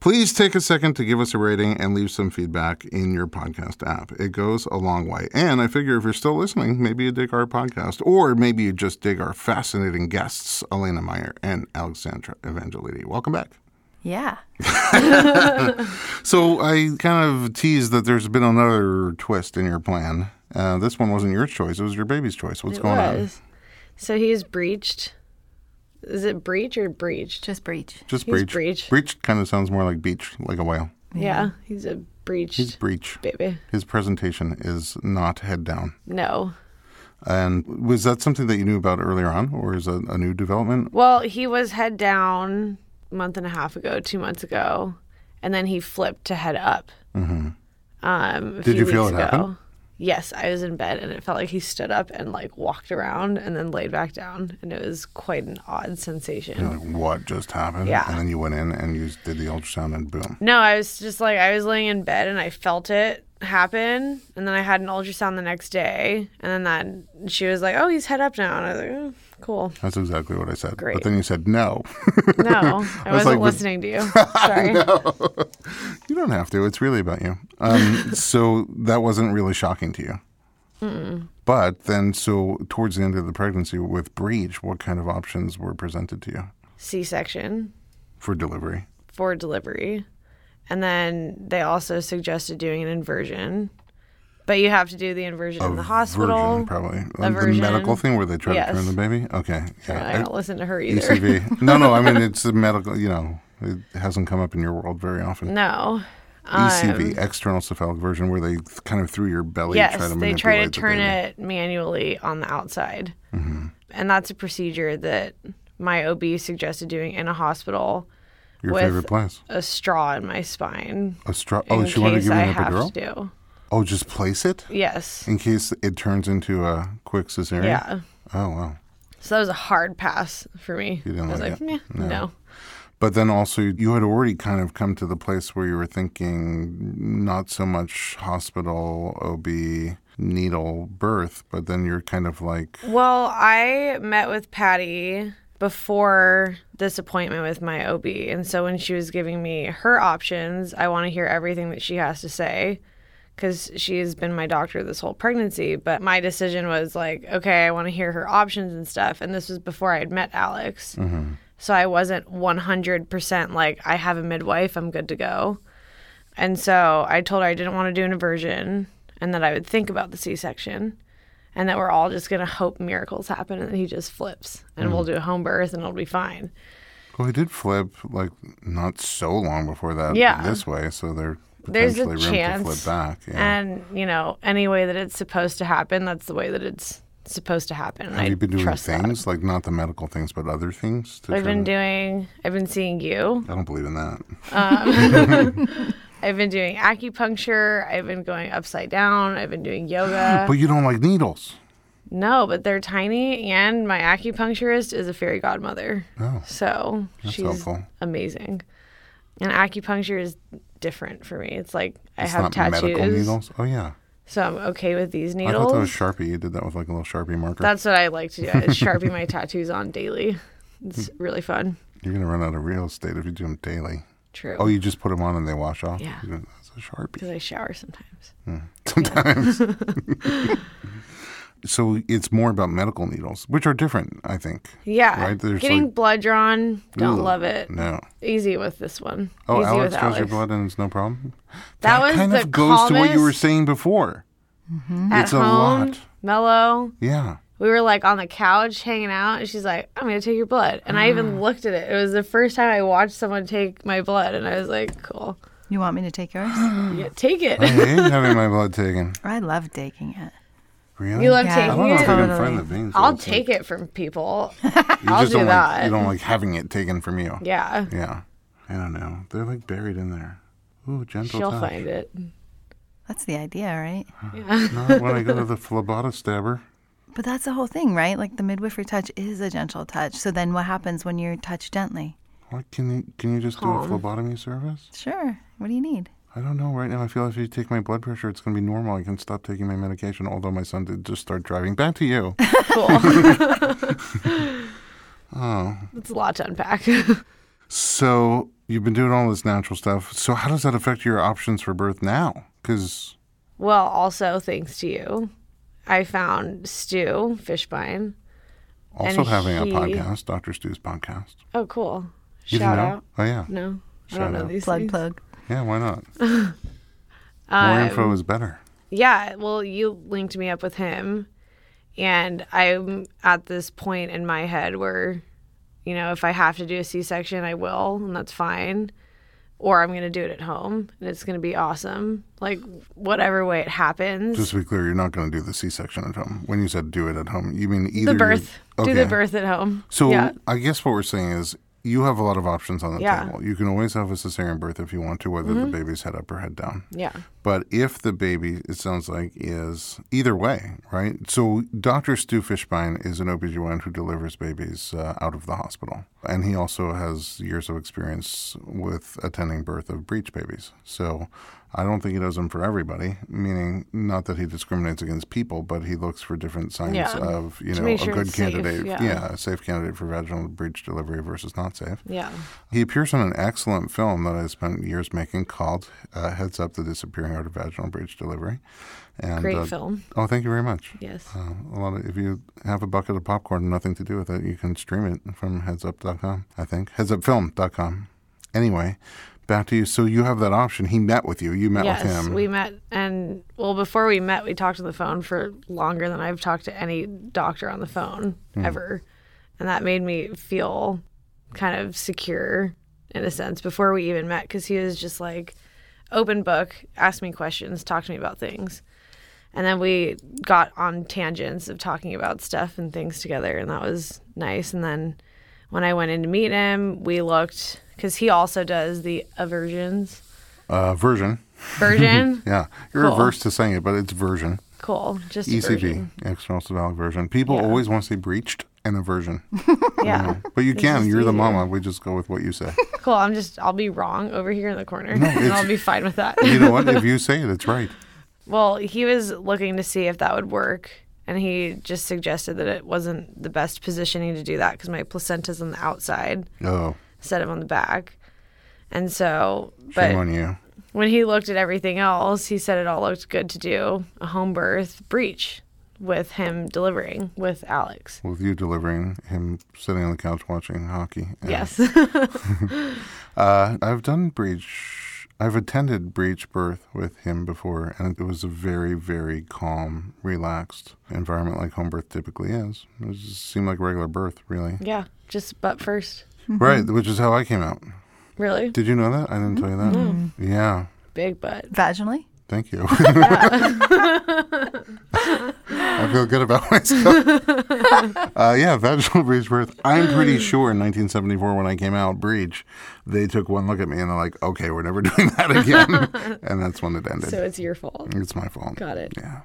Speaker 1: please take a second to give us a rating and leave some feedback in your podcast app. It goes a long way. And I figure if you're still listening, maybe you dig our podcast, or maybe you just dig our fascinating guests, Elena Meyer and Alexandra Evangelidi. Welcome back.
Speaker 3: Yeah.
Speaker 1: So I kind of teased that there's been another twist in your plan. Uh, this one wasn't your choice; it was your baby's choice. What's
Speaker 2: It
Speaker 1: going on?
Speaker 2: was. So he's breached. Is it breach or breached?
Speaker 3: Just breach.
Speaker 1: Just
Speaker 2: He's
Speaker 1: breach.
Speaker 2: breached.
Speaker 1: Breach kind of sounds more like beach, like a whale.
Speaker 2: Yeah, he's a breached
Speaker 1: He's breach.
Speaker 2: baby.
Speaker 1: His presentation is not head down.
Speaker 2: No.
Speaker 1: And was that something that you knew about earlier on, or is that a new development?
Speaker 2: Well, he was head down a month and a half ago, two months ago, and then he flipped to head up. Mm-hmm. Um, a
Speaker 1: Did you
Speaker 2: few
Speaker 1: feel
Speaker 2: weeks
Speaker 1: it
Speaker 2: ago.
Speaker 1: happen?
Speaker 2: Yes, I was in bed and it felt like he stood up and like walked around and then laid back down, and it was quite an odd sensation.
Speaker 1: Like, what just happened?
Speaker 2: Yeah.
Speaker 1: And then you went in and you did the ultrasound, and boom.
Speaker 2: No, I was just like I was laying in bed and I felt it happen, and then I had an ultrasound the next day, and then that she was like, "Oh, he's head up now," and I was like, oh, "Cool,
Speaker 1: That's exactly what I said. But
Speaker 2: Great.
Speaker 1: then you said no.
Speaker 2: no, I,
Speaker 1: was like,
Speaker 2: was not
Speaker 1: but-
Speaker 2: listening to you." Sorry.
Speaker 1: You don't have to. It's really about you. Um, so that wasn't really shocking to you. But then, so towards the end of the pregnancy with breach, what kind of options were presented to you
Speaker 2: C-section
Speaker 1: for delivery?
Speaker 2: for delivery, and then they also suggested doing an inversion, but you have to do the inversion in the hospital.
Speaker 1: Version, probably. Like
Speaker 2: version.
Speaker 1: The medical thing where they try
Speaker 2: Yes.
Speaker 1: to turn the baby? Okay.
Speaker 2: I
Speaker 1: Yeah.
Speaker 2: don't listen to her
Speaker 1: I-
Speaker 2: either.
Speaker 1: UCV. no, no. I mean, it's a medical, you know, it hasn't come up in your world very often.
Speaker 2: No. Um,
Speaker 1: ECV, external cephalic version, where they th- kind of through your belly try
Speaker 2: Yes,
Speaker 1: to
Speaker 2: they try to
Speaker 1: manipulate the
Speaker 2: turn
Speaker 1: baby. Mm-hmm.
Speaker 2: it manually on the outside. And that's a procedure that my OB suggested doing in a hospital
Speaker 1: Your
Speaker 2: with
Speaker 1: favorite place.
Speaker 2: a straw in my spine.
Speaker 1: A straw. Oh,
Speaker 2: in
Speaker 1: she wanted to
Speaker 2: case
Speaker 1: give you
Speaker 2: I
Speaker 1: an
Speaker 2: have
Speaker 1: epidural?
Speaker 2: to do.
Speaker 1: Oh, just place it?
Speaker 2: Yes.
Speaker 1: In case it turns into a quick cesarean?
Speaker 2: Yeah.
Speaker 1: Oh, wow.
Speaker 2: So that was a hard pass for me.
Speaker 1: didn't
Speaker 2: I was
Speaker 1: like
Speaker 2: like,
Speaker 1: it?
Speaker 2: "Meh, no.
Speaker 1: But then also, you had already kind of come to the place where you were thinking not so much hospital, OB, needle birth, but then you're kind of like,
Speaker 2: Well, I met with Patty before this appointment with my OB. And so when she was giving me her options, I want to hear everything that she has to say because she has been my doctor this whole pregnancy. But my decision was like, okay, I want to hear her options and stuff. And this was before I had met Alex. So I wasn't 100% like, I have a midwife, I'm good to go. And so I told her I didn't want to do an aversion and that I would think about the C section and that we're all just going to hope miracles happen and then he just flips and we'll
Speaker 1: Mm.
Speaker 2: do a home birth and it'll be fine.
Speaker 1: oh, I did flip like not so long before that
Speaker 2: Yeah.
Speaker 1: this way. So there
Speaker 2: There's a
Speaker 1: potentially room
Speaker 2: chance.
Speaker 1: to flip back. Yeah.
Speaker 2: And, you know, any way that it's supposed to happen, that's the way that it's supposed to happen. And
Speaker 1: Have
Speaker 2: I
Speaker 1: you been doing
Speaker 2: trust that.
Speaker 1: things like not the medical things, but other things? To
Speaker 2: I've
Speaker 1: try
Speaker 2: been
Speaker 1: to-
Speaker 2: doing, I've been seeing you.
Speaker 1: I don't believe in that.
Speaker 2: I've been doing acupuncture. I've been going upside down. I've been doing yoga.
Speaker 1: But you don't like needles.
Speaker 2: No, but they're tiny, and my acupuncturist is a fairy godmother.
Speaker 1: Oh,
Speaker 2: So she's
Speaker 1: helpful.
Speaker 2: amazing. And acupuncture is different for me. It's like I
Speaker 1: It's
Speaker 2: have
Speaker 1: not medical
Speaker 2: tattoos,
Speaker 1: needles. Oh, yeah.
Speaker 2: so I'm okay with these
Speaker 1: I thought that was
Speaker 2: needles.
Speaker 1: Sharpie. You did that with like a little Sharpie marker.
Speaker 2: That's what I like to do. I sharpie my tattoos on daily. It's
Speaker 1: Hmm.
Speaker 2: really fun.
Speaker 1: You're gonna run out of real estate if you do them daily.
Speaker 2: True.
Speaker 1: Oh, you just put them on and they wash off.
Speaker 2: Yeah.
Speaker 1: You don't- that's a sharpie.
Speaker 2: Because I shower sometimes.
Speaker 1: Sometimes. so it's more about medical needles, which are different, I think.
Speaker 2: Yeah.
Speaker 1: Right, there's
Speaker 2: Getting
Speaker 1: like-
Speaker 2: blood drawn, don't
Speaker 1: Ugh,
Speaker 2: love it.
Speaker 1: No.
Speaker 2: Easy with this one.
Speaker 1: Oh,
Speaker 2: Easy
Speaker 1: Alex
Speaker 2: with
Speaker 1: draws
Speaker 2: Alex.
Speaker 1: your blood and it's no problem.
Speaker 2: That was
Speaker 1: kind
Speaker 2: the
Speaker 1: of goes to what you were
Speaker 2: calmest Mm-hmm.
Speaker 1: saying before.
Speaker 2: At
Speaker 1: It's a
Speaker 2: home,
Speaker 1: lot.
Speaker 2: mellow.
Speaker 1: Yeah.
Speaker 2: we were like on the couch hanging out and she's like i'm gonna take your blood and i
Speaker 1: Ah.
Speaker 2: even looked at it it was the first time i watched someone take my blood and i was like cool
Speaker 3: You want me to take yours?
Speaker 2: yeah, take it
Speaker 1: I hate having my blood taken.
Speaker 3: I love taking it.
Speaker 1: Really?
Speaker 2: you love
Speaker 3: Yeah.
Speaker 1: I
Speaker 2: taking
Speaker 1: don't know if
Speaker 2: it
Speaker 1: I can
Speaker 3: Totally.
Speaker 1: find the veins.
Speaker 2: i'll take it from people
Speaker 1: You
Speaker 2: I'll
Speaker 1: just
Speaker 2: do
Speaker 1: don't like
Speaker 2: that.
Speaker 1: you don't like having it taken from you.
Speaker 2: yeah
Speaker 1: Yeah. I don't know. They're like buried in there. Ooh, gentle
Speaker 2: she'll
Speaker 1: touch.
Speaker 2: find it
Speaker 3: That's the idea, right?
Speaker 1: Not when I go to the phlebotomist stabber.
Speaker 3: But that's the whole thing, right? Like the midwifery touch is a gentle touch. So then what happens when you're touched gently?
Speaker 1: What can you can you just do a phlebotomy service?
Speaker 3: Sure. What do you need?
Speaker 1: I don't know. Right now, I feel if you take my blood pressure, it's going to be normal. I can stop taking my medication. Although my son did just start driving. Back to you.
Speaker 2: Cool.
Speaker 1: oh,
Speaker 2: it's a lot to unpack.
Speaker 1: so you've been doing all this natural stuff. So how does that affect your options for birth now? Because
Speaker 2: well, also thanks to you, I found Stu Fishbine.
Speaker 1: also
Speaker 2: And
Speaker 1: having a
Speaker 2: he-
Speaker 1: podcast, Doctor Stu's podcast.
Speaker 2: Oh, cool.
Speaker 1: You didn't
Speaker 2: Shout
Speaker 1: know?
Speaker 2: out.
Speaker 1: Oh yeah,
Speaker 2: No, I
Speaker 1: Shout
Speaker 2: don't know
Speaker 1: out.
Speaker 2: these
Speaker 3: Plug,
Speaker 2: things.
Speaker 3: plug.
Speaker 1: yeah. Why not? More
Speaker 2: Um,
Speaker 1: info is better.
Speaker 2: Yeah, well, you linked me up with him, and I'm at this point in my head where, you know, if I have to do a C-section, I will, and that's fine, or I'm going to do it at home, and it's going to be awesome. Like whatever way it happens,
Speaker 1: Just to be clear, you're not going to do the C-section at home. When you said do it at home, you mean either
Speaker 2: the
Speaker 1: you're-
Speaker 2: birth, do the
Speaker 1: Okay.
Speaker 2: birth at home.
Speaker 1: So
Speaker 2: yeah,
Speaker 1: I guess what we're saying is you have a lot of options on the
Speaker 2: Yeah. Mm-hmm.
Speaker 1: table. You can always have a cesarean birth if you want to, whether the baby's head up or head down.
Speaker 2: yeah,
Speaker 1: But if the baby, it sounds like, is either way, right? So Dr. Stu Fishbein is an OBGYN who delivers babies uh, out of the hospital. And he also has years of experience with attending birth of breech babies. So I don't think he does them for everybody, meaning not that he discriminates against people, but he looks for different signs
Speaker 2: Yeah.
Speaker 1: of, you know,
Speaker 2: make sure
Speaker 1: a good
Speaker 2: it's safe,
Speaker 1: candidate.
Speaker 2: yeah.
Speaker 1: yeah, a safe candidate for vaginal breech delivery versus not safe.
Speaker 2: yeah.
Speaker 1: He appears on an excellent film that I spent years making called uh, Heads Up the Disappearing Art of Vaginal Breach Delivery. And,
Speaker 2: Great
Speaker 1: uh,
Speaker 2: film.
Speaker 1: Oh, thank you very much.
Speaker 2: Yes.
Speaker 1: Uh, a lot of, if you have a bucket of popcorn and nothing to do with it, you can stream it from headsup.com, I think. Headsupfilm.com. Anyway, back to you. So you have that option. He met with you. You met
Speaker 2: Yes,
Speaker 1: with him.
Speaker 2: we met, and well, before we met, we talked on the phone for longer than I've talked to any doctor on the phone
Speaker 1: Hmm.
Speaker 2: ever, and that made me feel kind of secure in a sense before we even met because he was just like open book, asked me questions, talked to me about things, and then we got on tangents of talking about stuff and things together, and that was nice. And then when I went in to meet him, we looked because he also does the aversions
Speaker 1: uh, version.
Speaker 2: version.
Speaker 1: Yeah. You're
Speaker 2: Cool.
Speaker 1: averse to saying it, but it's version.
Speaker 2: Cool. Just
Speaker 1: E
Speaker 2: a version.
Speaker 1: ECV, external cephalic version. People
Speaker 2: Yeah.
Speaker 1: always want to say breached and aversion.
Speaker 2: Yeah.
Speaker 1: But you can.
Speaker 2: just
Speaker 1: You're the
Speaker 2: easier.
Speaker 1: mama. We just go with what you say.
Speaker 2: Cool. I'm just I'll be wrong over here in the corner and
Speaker 1: it's-
Speaker 2: I'll be fine with that.
Speaker 1: you know what? If you say it, it's right.
Speaker 2: well, he was looking to see if that would work and he just suggested that it wasn't the best positioning to do that cuz my placenta's on the outside
Speaker 1: Oh,
Speaker 2: instead of on the back. And so,
Speaker 1: shame
Speaker 2: but
Speaker 1: on you.
Speaker 2: when he looked at everything else, he said it all looked good to do a home birth breach with him delivering with Alex.
Speaker 1: With you delivering him sitting on the couch watching hockey. Yeah.
Speaker 2: Yes.
Speaker 1: Uh, I've done breach. I've attended breach birth with him before, and it was a very, very calm, relaxed environment like home birth typically is. It just seemed like regular birth, really.
Speaker 2: yeah, just butt first.
Speaker 1: Right, which is how I came out.
Speaker 2: Really?
Speaker 1: Did you know that? I didn't
Speaker 2: Mm-hmm.
Speaker 1: tell you that. Yeah,
Speaker 2: Big butt.
Speaker 3: Vaginally?
Speaker 1: Thank you. I feel good about myself. uh, yeah, vaginal breech birth. I'm pretty sure in 1974 when I came out breech, they took one look at me and they're like, "Okay, we're never doing that again," and that's when it ended.
Speaker 2: So it's your fault.
Speaker 1: it's my fault.
Speaker 2: Got it.
Speaker 1: Yeah,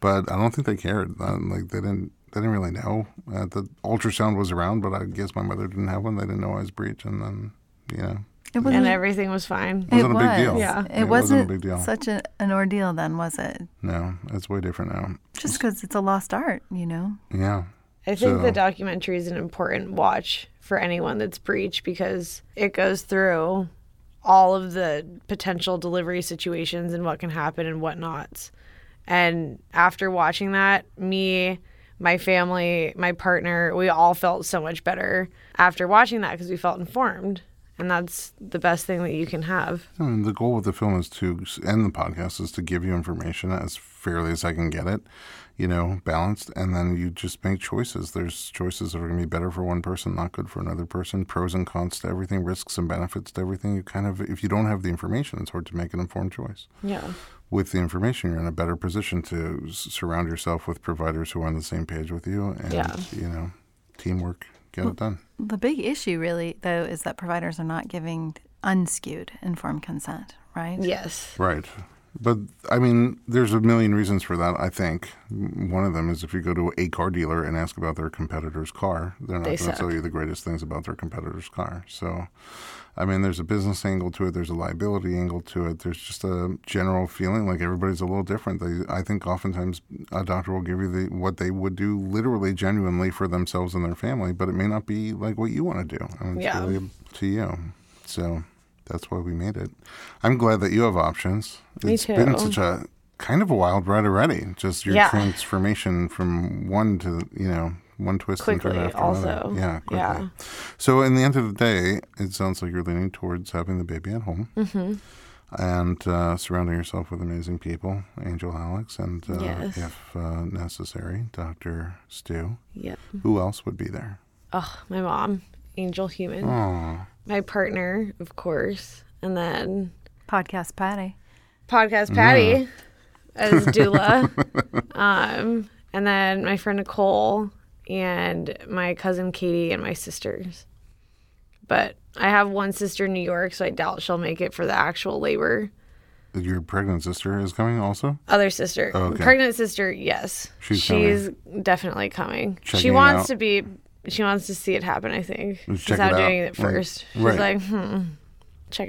Speaker 1: but I don't think they cared. Uh, Like they didn't. They didn't really know. Uh, the ultrasound was around, but I guess my mother didn't have one. They didn't know I was breech, and then you know,
Speaker 3: It
Speaker 2: and
Speaker 3: wasn't,
Speaker 2: everything was fine.
Speaker 1: wasn't a big deal.
Speaker 2: Yeah.
Speaker 3: It, wasn't,
Speaker 1: a big deal.
Speaker 3: such a, an ordeal then, was it?
Speaker 1: no, it's way different now.
Speaker 3: Just because it's a lost art, you know?
Speaker 1: Yeah.
Speaker 2: I think the
Speaker 1: So-
Speaker 2: documentary is an important watch for anyone that's breached because it goes through all of the potential delivery situations and what can happen and whatnots. And after watching that, me, my family, my partner, we all felt so much better after watching that because we felt informed. And that's the best thing that you can have.
Speaker 1: I mean, the goal with the film is to end the podcast is to give you information as fairly as I can get it, you know, balanced, and then you just make choices. There's choices that are going to be better for one person, not good for another person. Pros and cons to everything, risks and benefits to everything. You kind of, if you don't have the information, it's hard to make an informed choice.
Speaker 2: Yeah.
Speaker 1: With the information, you're in a better position to s- surround yourself with providers who are on the same page with you, and
Speaker 2: Yeah.
Speaker 1: you know, teamwork, get it done.
Speaker 3: The big issue, really, though, is that providers are not giving unskewed informed consent, right?
Speaker 2: Yes.
Speaker 1: Right. But I mean, there's a million reasons for that. I think one of them is if you go to a car dealer and ask about their competitor's car, they're not
Speaker 2: They
Speaker 1: going to
Speaker 2: suck.
Speaker 1: tell you the greatest things about their competitor's car. So, I mean, there's a business angle to it. There's a liability angle to it. There's just a general feeling like everybody's a little different. They, I think, oftentimes a doctor will give you the, what they would do literally, genuinely for themselves and their family, but it may not be like what you want to do. I mean, it's
Speaker 2: Yeah.
Speaker 1: really up to you. So that's why we made it. I'm glad that you have options.
Speaker 2: Me
Speaker 1: It's been
Speaker 2: too.
Speaker 1: such a kind of a wild ride already. Just your
Speaker 2: Yeah.
Speaker 1: transformation from one to you know one twist and turn
Speaker 2: Quickly,
Speaker 1: after
Speaker 2: also.
Speaker 1: another. Yeah, quickly.
Speaker 2: Yeah.
Speaker 1: So in the end of the day, it sounds like you're leaning towards having the baby at home.
Speaker 2: Mm-hmm.
Speaker 1: And uh, surrounding yourself with amazing people, Angel Alex, and uh,
Speaker 2: Yes. Mm-hmm.
Speaker 1: if uh, necessary, Dr. Stu.
Speaker 2: Yep.
Speaker 1: Who else would be there?
Speaker 2: Oh, my mom, angel human.
Speaker 1: Oh,
Speaker 2: My partner, of course, and then
Speaker 3: Podcast Patty.
Speaker 2: podcast Patty
Speaker 1: Mm.
Speaker 2: as doula. um, and then my friend Nicole and my cousin Katie and my sisters. But I have one sister in New York, so I doubt she'll make it for the actual labor.
Speaker 1: your pregnant sister is coming also?
Speaker 2: Other sister,
Speaker 1: Oh, okay.
Speaker 2: pregnant sister, yes,
Speaker 1: She's
Speaker 2: definitely coming.
Speaker 1: Checking
Speaker 2: she
Speaker 1: it
Speaker 2: wants
Speaker 1: out.
Speaker 2: to be. She wants to see it happen. I think
Speaker 1: Let's
Speaker 2: she's
Speaker 1: check
Speaker 2: not
Speaker 1: it out.
Speaker 2: doing it
Speaker 1: Right.
Speaker 2: first.
Speaker 1: Right.
Speaker 2: She's like, hmm, check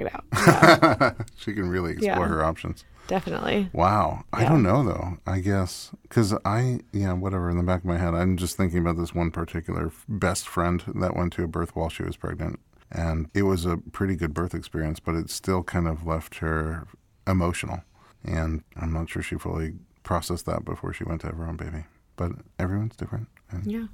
Speaker 2: it out.
Speaker 1: She can really explore
Speaker 2: Yeah.
Speaker 1: her options.
Speaker 2: definitely.
Speaker 1: Wow. I don't know though. I guess because I, yeah, whatever. In the back of my head, I'm just thinking about this one particular f- best friend that went to a birth while she was pregnant, and it was a pretty good birth experience, but it still kind of left her emotional, and I'm not sure she fully processed that before she went to have her own baby. But everyone's different, and
Speaker 2: Yeah.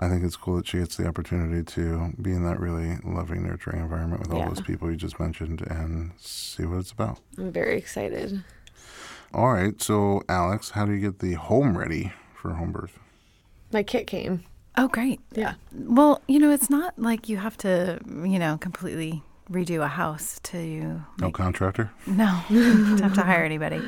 Speaker 1: I think it's cool that she gets the opportunity to be in that really loving, nurturing environment with all
Speaker 2: Yeah.
Speaker 1: those people you just mentioned and see what it's about.
Speaker 2: I'm very excited.
Speaker 1: All right. So, Alex, how do you get the home ready for home birth?
Speaker 2: My kit came.
Speaker 3: Oh, great.
Speaker 2: Yeah.
Speaker 3: Well, you know, it's not like you have to, you know, completely redo a house to
Speaker 1: No contractor?
Speaker 3: No, don't have to hire anybody.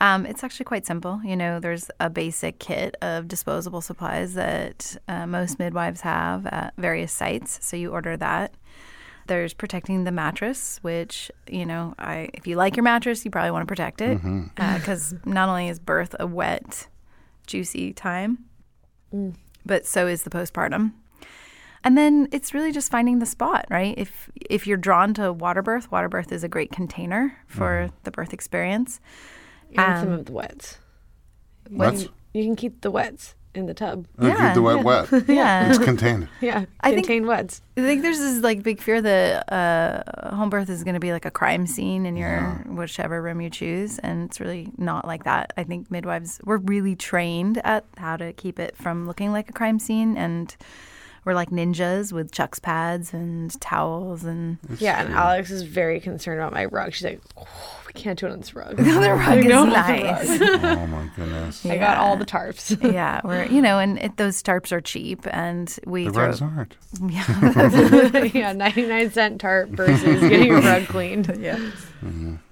Speaker 3: Um, it's actually quite simple. You know, there's a basic kit of disposable supplies that uh, most midwives have at various sites. So you order that. There's protecting the mattress, which you know, I if you like your mattress, you probably want to protect it because not only is birth a wet, juicy time, but so is the postpartum. And then it's really just finding the spot, right? If if you're drawn to water birth, water birth is a great container for
Speaker 1: Mm-hmm.
Speaker 3: the birth experience.
Speaker 2: And
Speaker 3: Um,
Speaker 2: some of the wets.
Speaker 1: What?
Speaker 2: You can keep the wets in the tub.
Speaker 1: Oh, keep
Speaker 3: Yeah,
Speaker 1: the wet wet.
Speaker 3: Yeah.
Speaker 1: It's contained.
Speaker 2: Yeah.
Speaker 3: I think-
Speaker 2: contain wets.
Speaker 3: I think there's this like big fear that uh, home birth is going to be like a crime scene in your whichever room you choose, and it's really not like that. I think midwives we're really trained at how to keep it from looking like a crime scene, and we're like ninjas with chucks pads and towels and
Speaker 2: yeah. And Alex is very concerned about my rug. She's like, oh, we can't do it on this rug.
Speaker 3: the other rug is
Speaker 2: no, not the
Speaker 3: nice.
Speaker 1: oh, my goodness.
Speaker 2: I got all the tarps.
Speaker 3: yeah, we're you know, and it, those tarps are cheap, and we
Speaker 1: The
Speaker 3: throw.
Speaker 1: rugs aren't.
Speaker 2: yeah. 99 cent tarp versus getting your rug cleaned.
Speaker 3: Yeah.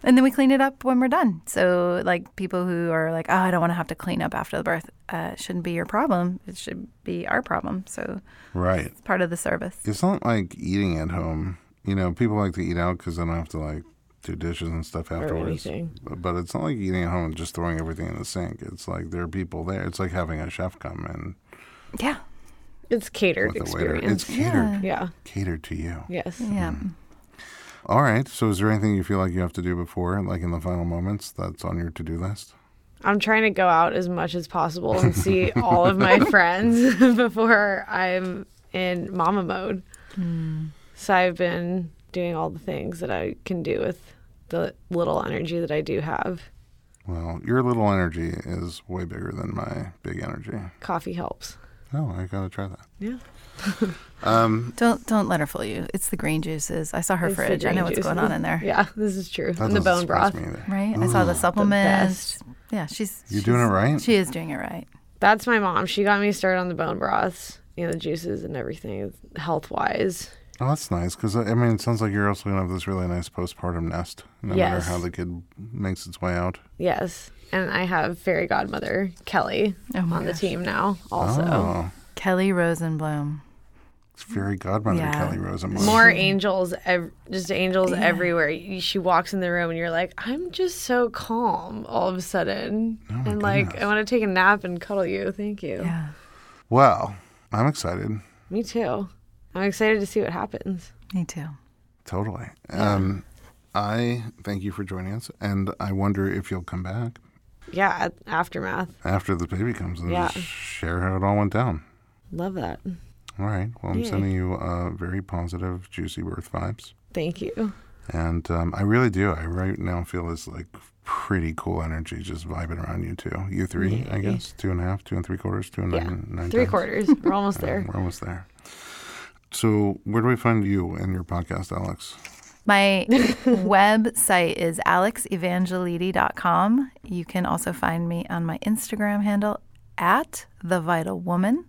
Speaker 3: And then we clean it up when we're done. So, like, people who are like, oh, I don't want to have to clean up after the birth, uh, shouldn't be your problem. It should be our problem. So,
Speaker 1: Right.
Speaker 3: it's part of the service.
Speaker 1: It's not like eating at home. You know, people like to eat out because they don't have to, like, do dishes and stuff afterwards.
Speaker 2: anything.
Speaker 1: But, but it's not like eating at home and just throwing everything in the sink. It's like there are people there. It's like having a chef come in
Speaker 3: Yeah.
Speaker 2: It's catered
Speaker 1: with a waiter. It's
Speaker 2: experience.
Speaker 1: catered.
Speaker 2: yeah.
Speaker 1: Catered to you.
Speaker 2: Yes.
Speaker 3: Yeah.
Speaker 1: All right. So, is there anything you feel like you have to do before, like in the final moments, that's on your to do list?
Speaker 2: I'm trying to go out as much as possible and see all of my friends before I'm in mama mode.
Speaker 1: Hmm.
Speaker 2: So I've been doing all the things that I can do with the little energy that I do have.
Speaker 1: Well, your little energy is way bigger than my big energy.
Speaker 2: Coffee helps.
Speaker 1: Oh, I gotta try that.
Speaker 2: Yeah.
Speaker 1: Um,
Speaker 3: Don't don't let her fool you. It's the green juices. I saw her
Speaker 2: It's the
Speaker 3: fridge. I know
Speaker 2: green
Speaker 3: what's going
Speaker 2: juices.
Speaker 3: on in there.
Speaker 2: Yeah, this is true.
Speaker 1: that
Speaker 2: and the
Speaker 1: doesn't
Speaker 2: bone
Speaker 1: surprise
Speaker 2: broth.
Speaker 1: me either.
Speaker 3: Right. I saw the supplements.
Speaker 2: best.
Speaker 3: yeah. She's
Speaker 1: You're doing it
Speaker 3: she's-
Speaker 1: right?
Speaker 3: She is doing it right.
Speaker 2: That's my mom. She got me started on the bone broths, you know, the juices and everything health wise.
Speaker 1: Oh, that's nice because I mean, it sounds like you're also gonna have this really nice postpartum nest, no matter
Speaker 2: Yes.
Speaker 1: how the kid makes its way out.
Speaker 2: Yes. And I have fairy godmother Kelly
Speaker 3: Oh my
Speaker 2: on the
Speaker 3: gosh.
Speaker 2: Oh. team now also.
Speaker 1: Oh,
Speaker 3: Kelly Rosenblum.
Speaker 1: It's fairy godmother
Speaker 3: Yeah.
Speaker 1: Kelly Rosenbaum.
Speaker 2: More angels, ev- just angels everywhere. You- She walks in the room, and you're like, I'm just so calm all of a sudden, and like I want to take a nap and cuddle you. Thank you.
Speaker 3: Yeah.
Speaker 1: Well, I'm excited.
Speaker 2: Me too. I'm excited to see what happens.
Speaker 3: Me too.
Speaker 1: Totally. Um, I thank you for joining us, and I wonder if you'll come back
Speaker 2: Yeah, at- aftermath.
Speaker 1: after the baby comes and
Speaker 2: Yeah.
Speaker 1: just share how it all went down.
Speaker 2: Love that.
Speaker 1: All right. Well, I'm
Speaker 2: Yay.
Speaker 1: sending you uh, very positive, juicy birth vibes.
Speaker 2: Thank you.
Speaker 1: And um, I really do. I right now feel this like pretty cool energy just vibing around you two. You three, I guess. Two and a half, two and three quarters, two and
Speaker 2: Yeah,
Speaker 1: nine, nine
Speaker 2: Three
Speaker 1: tenths.
Speaker 2: quarters. We're almost there.
Speaker 1: We're almost there. So, where do we find you and your podcast, Alex?
Speaker 3: My website is alexevangelidi.com. You can also find me on my Instagram handle at The Vital Woman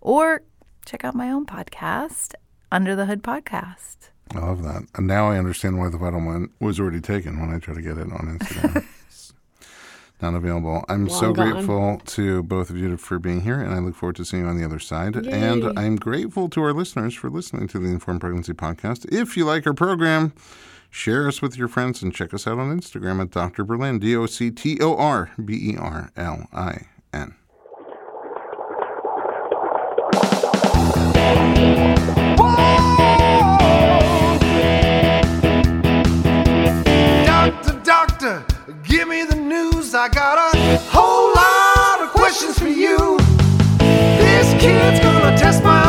Speaker 3: or check out my own podcast, Under the Hood Podcast.
Speaker 1: I love that. And now I understand why the vital one was already taken when I tried to get it on Instagram. It's Not available. I'm so
Speaker 2: Long gone.
Speaker 1: grateful to both of you for being here, and I look forward to seeing you on the other side. And I'm grateful to our listeners for listening to the Informed Pregnancy Podcast. If you like our program, share us with your friends and check us out on Instagram at Dr. Berlin, D O C T O R B E R L I N.
Speaker 4: Doctor, doctor, give me the news. I got a whole lot of questions for you. This kid's gonna test my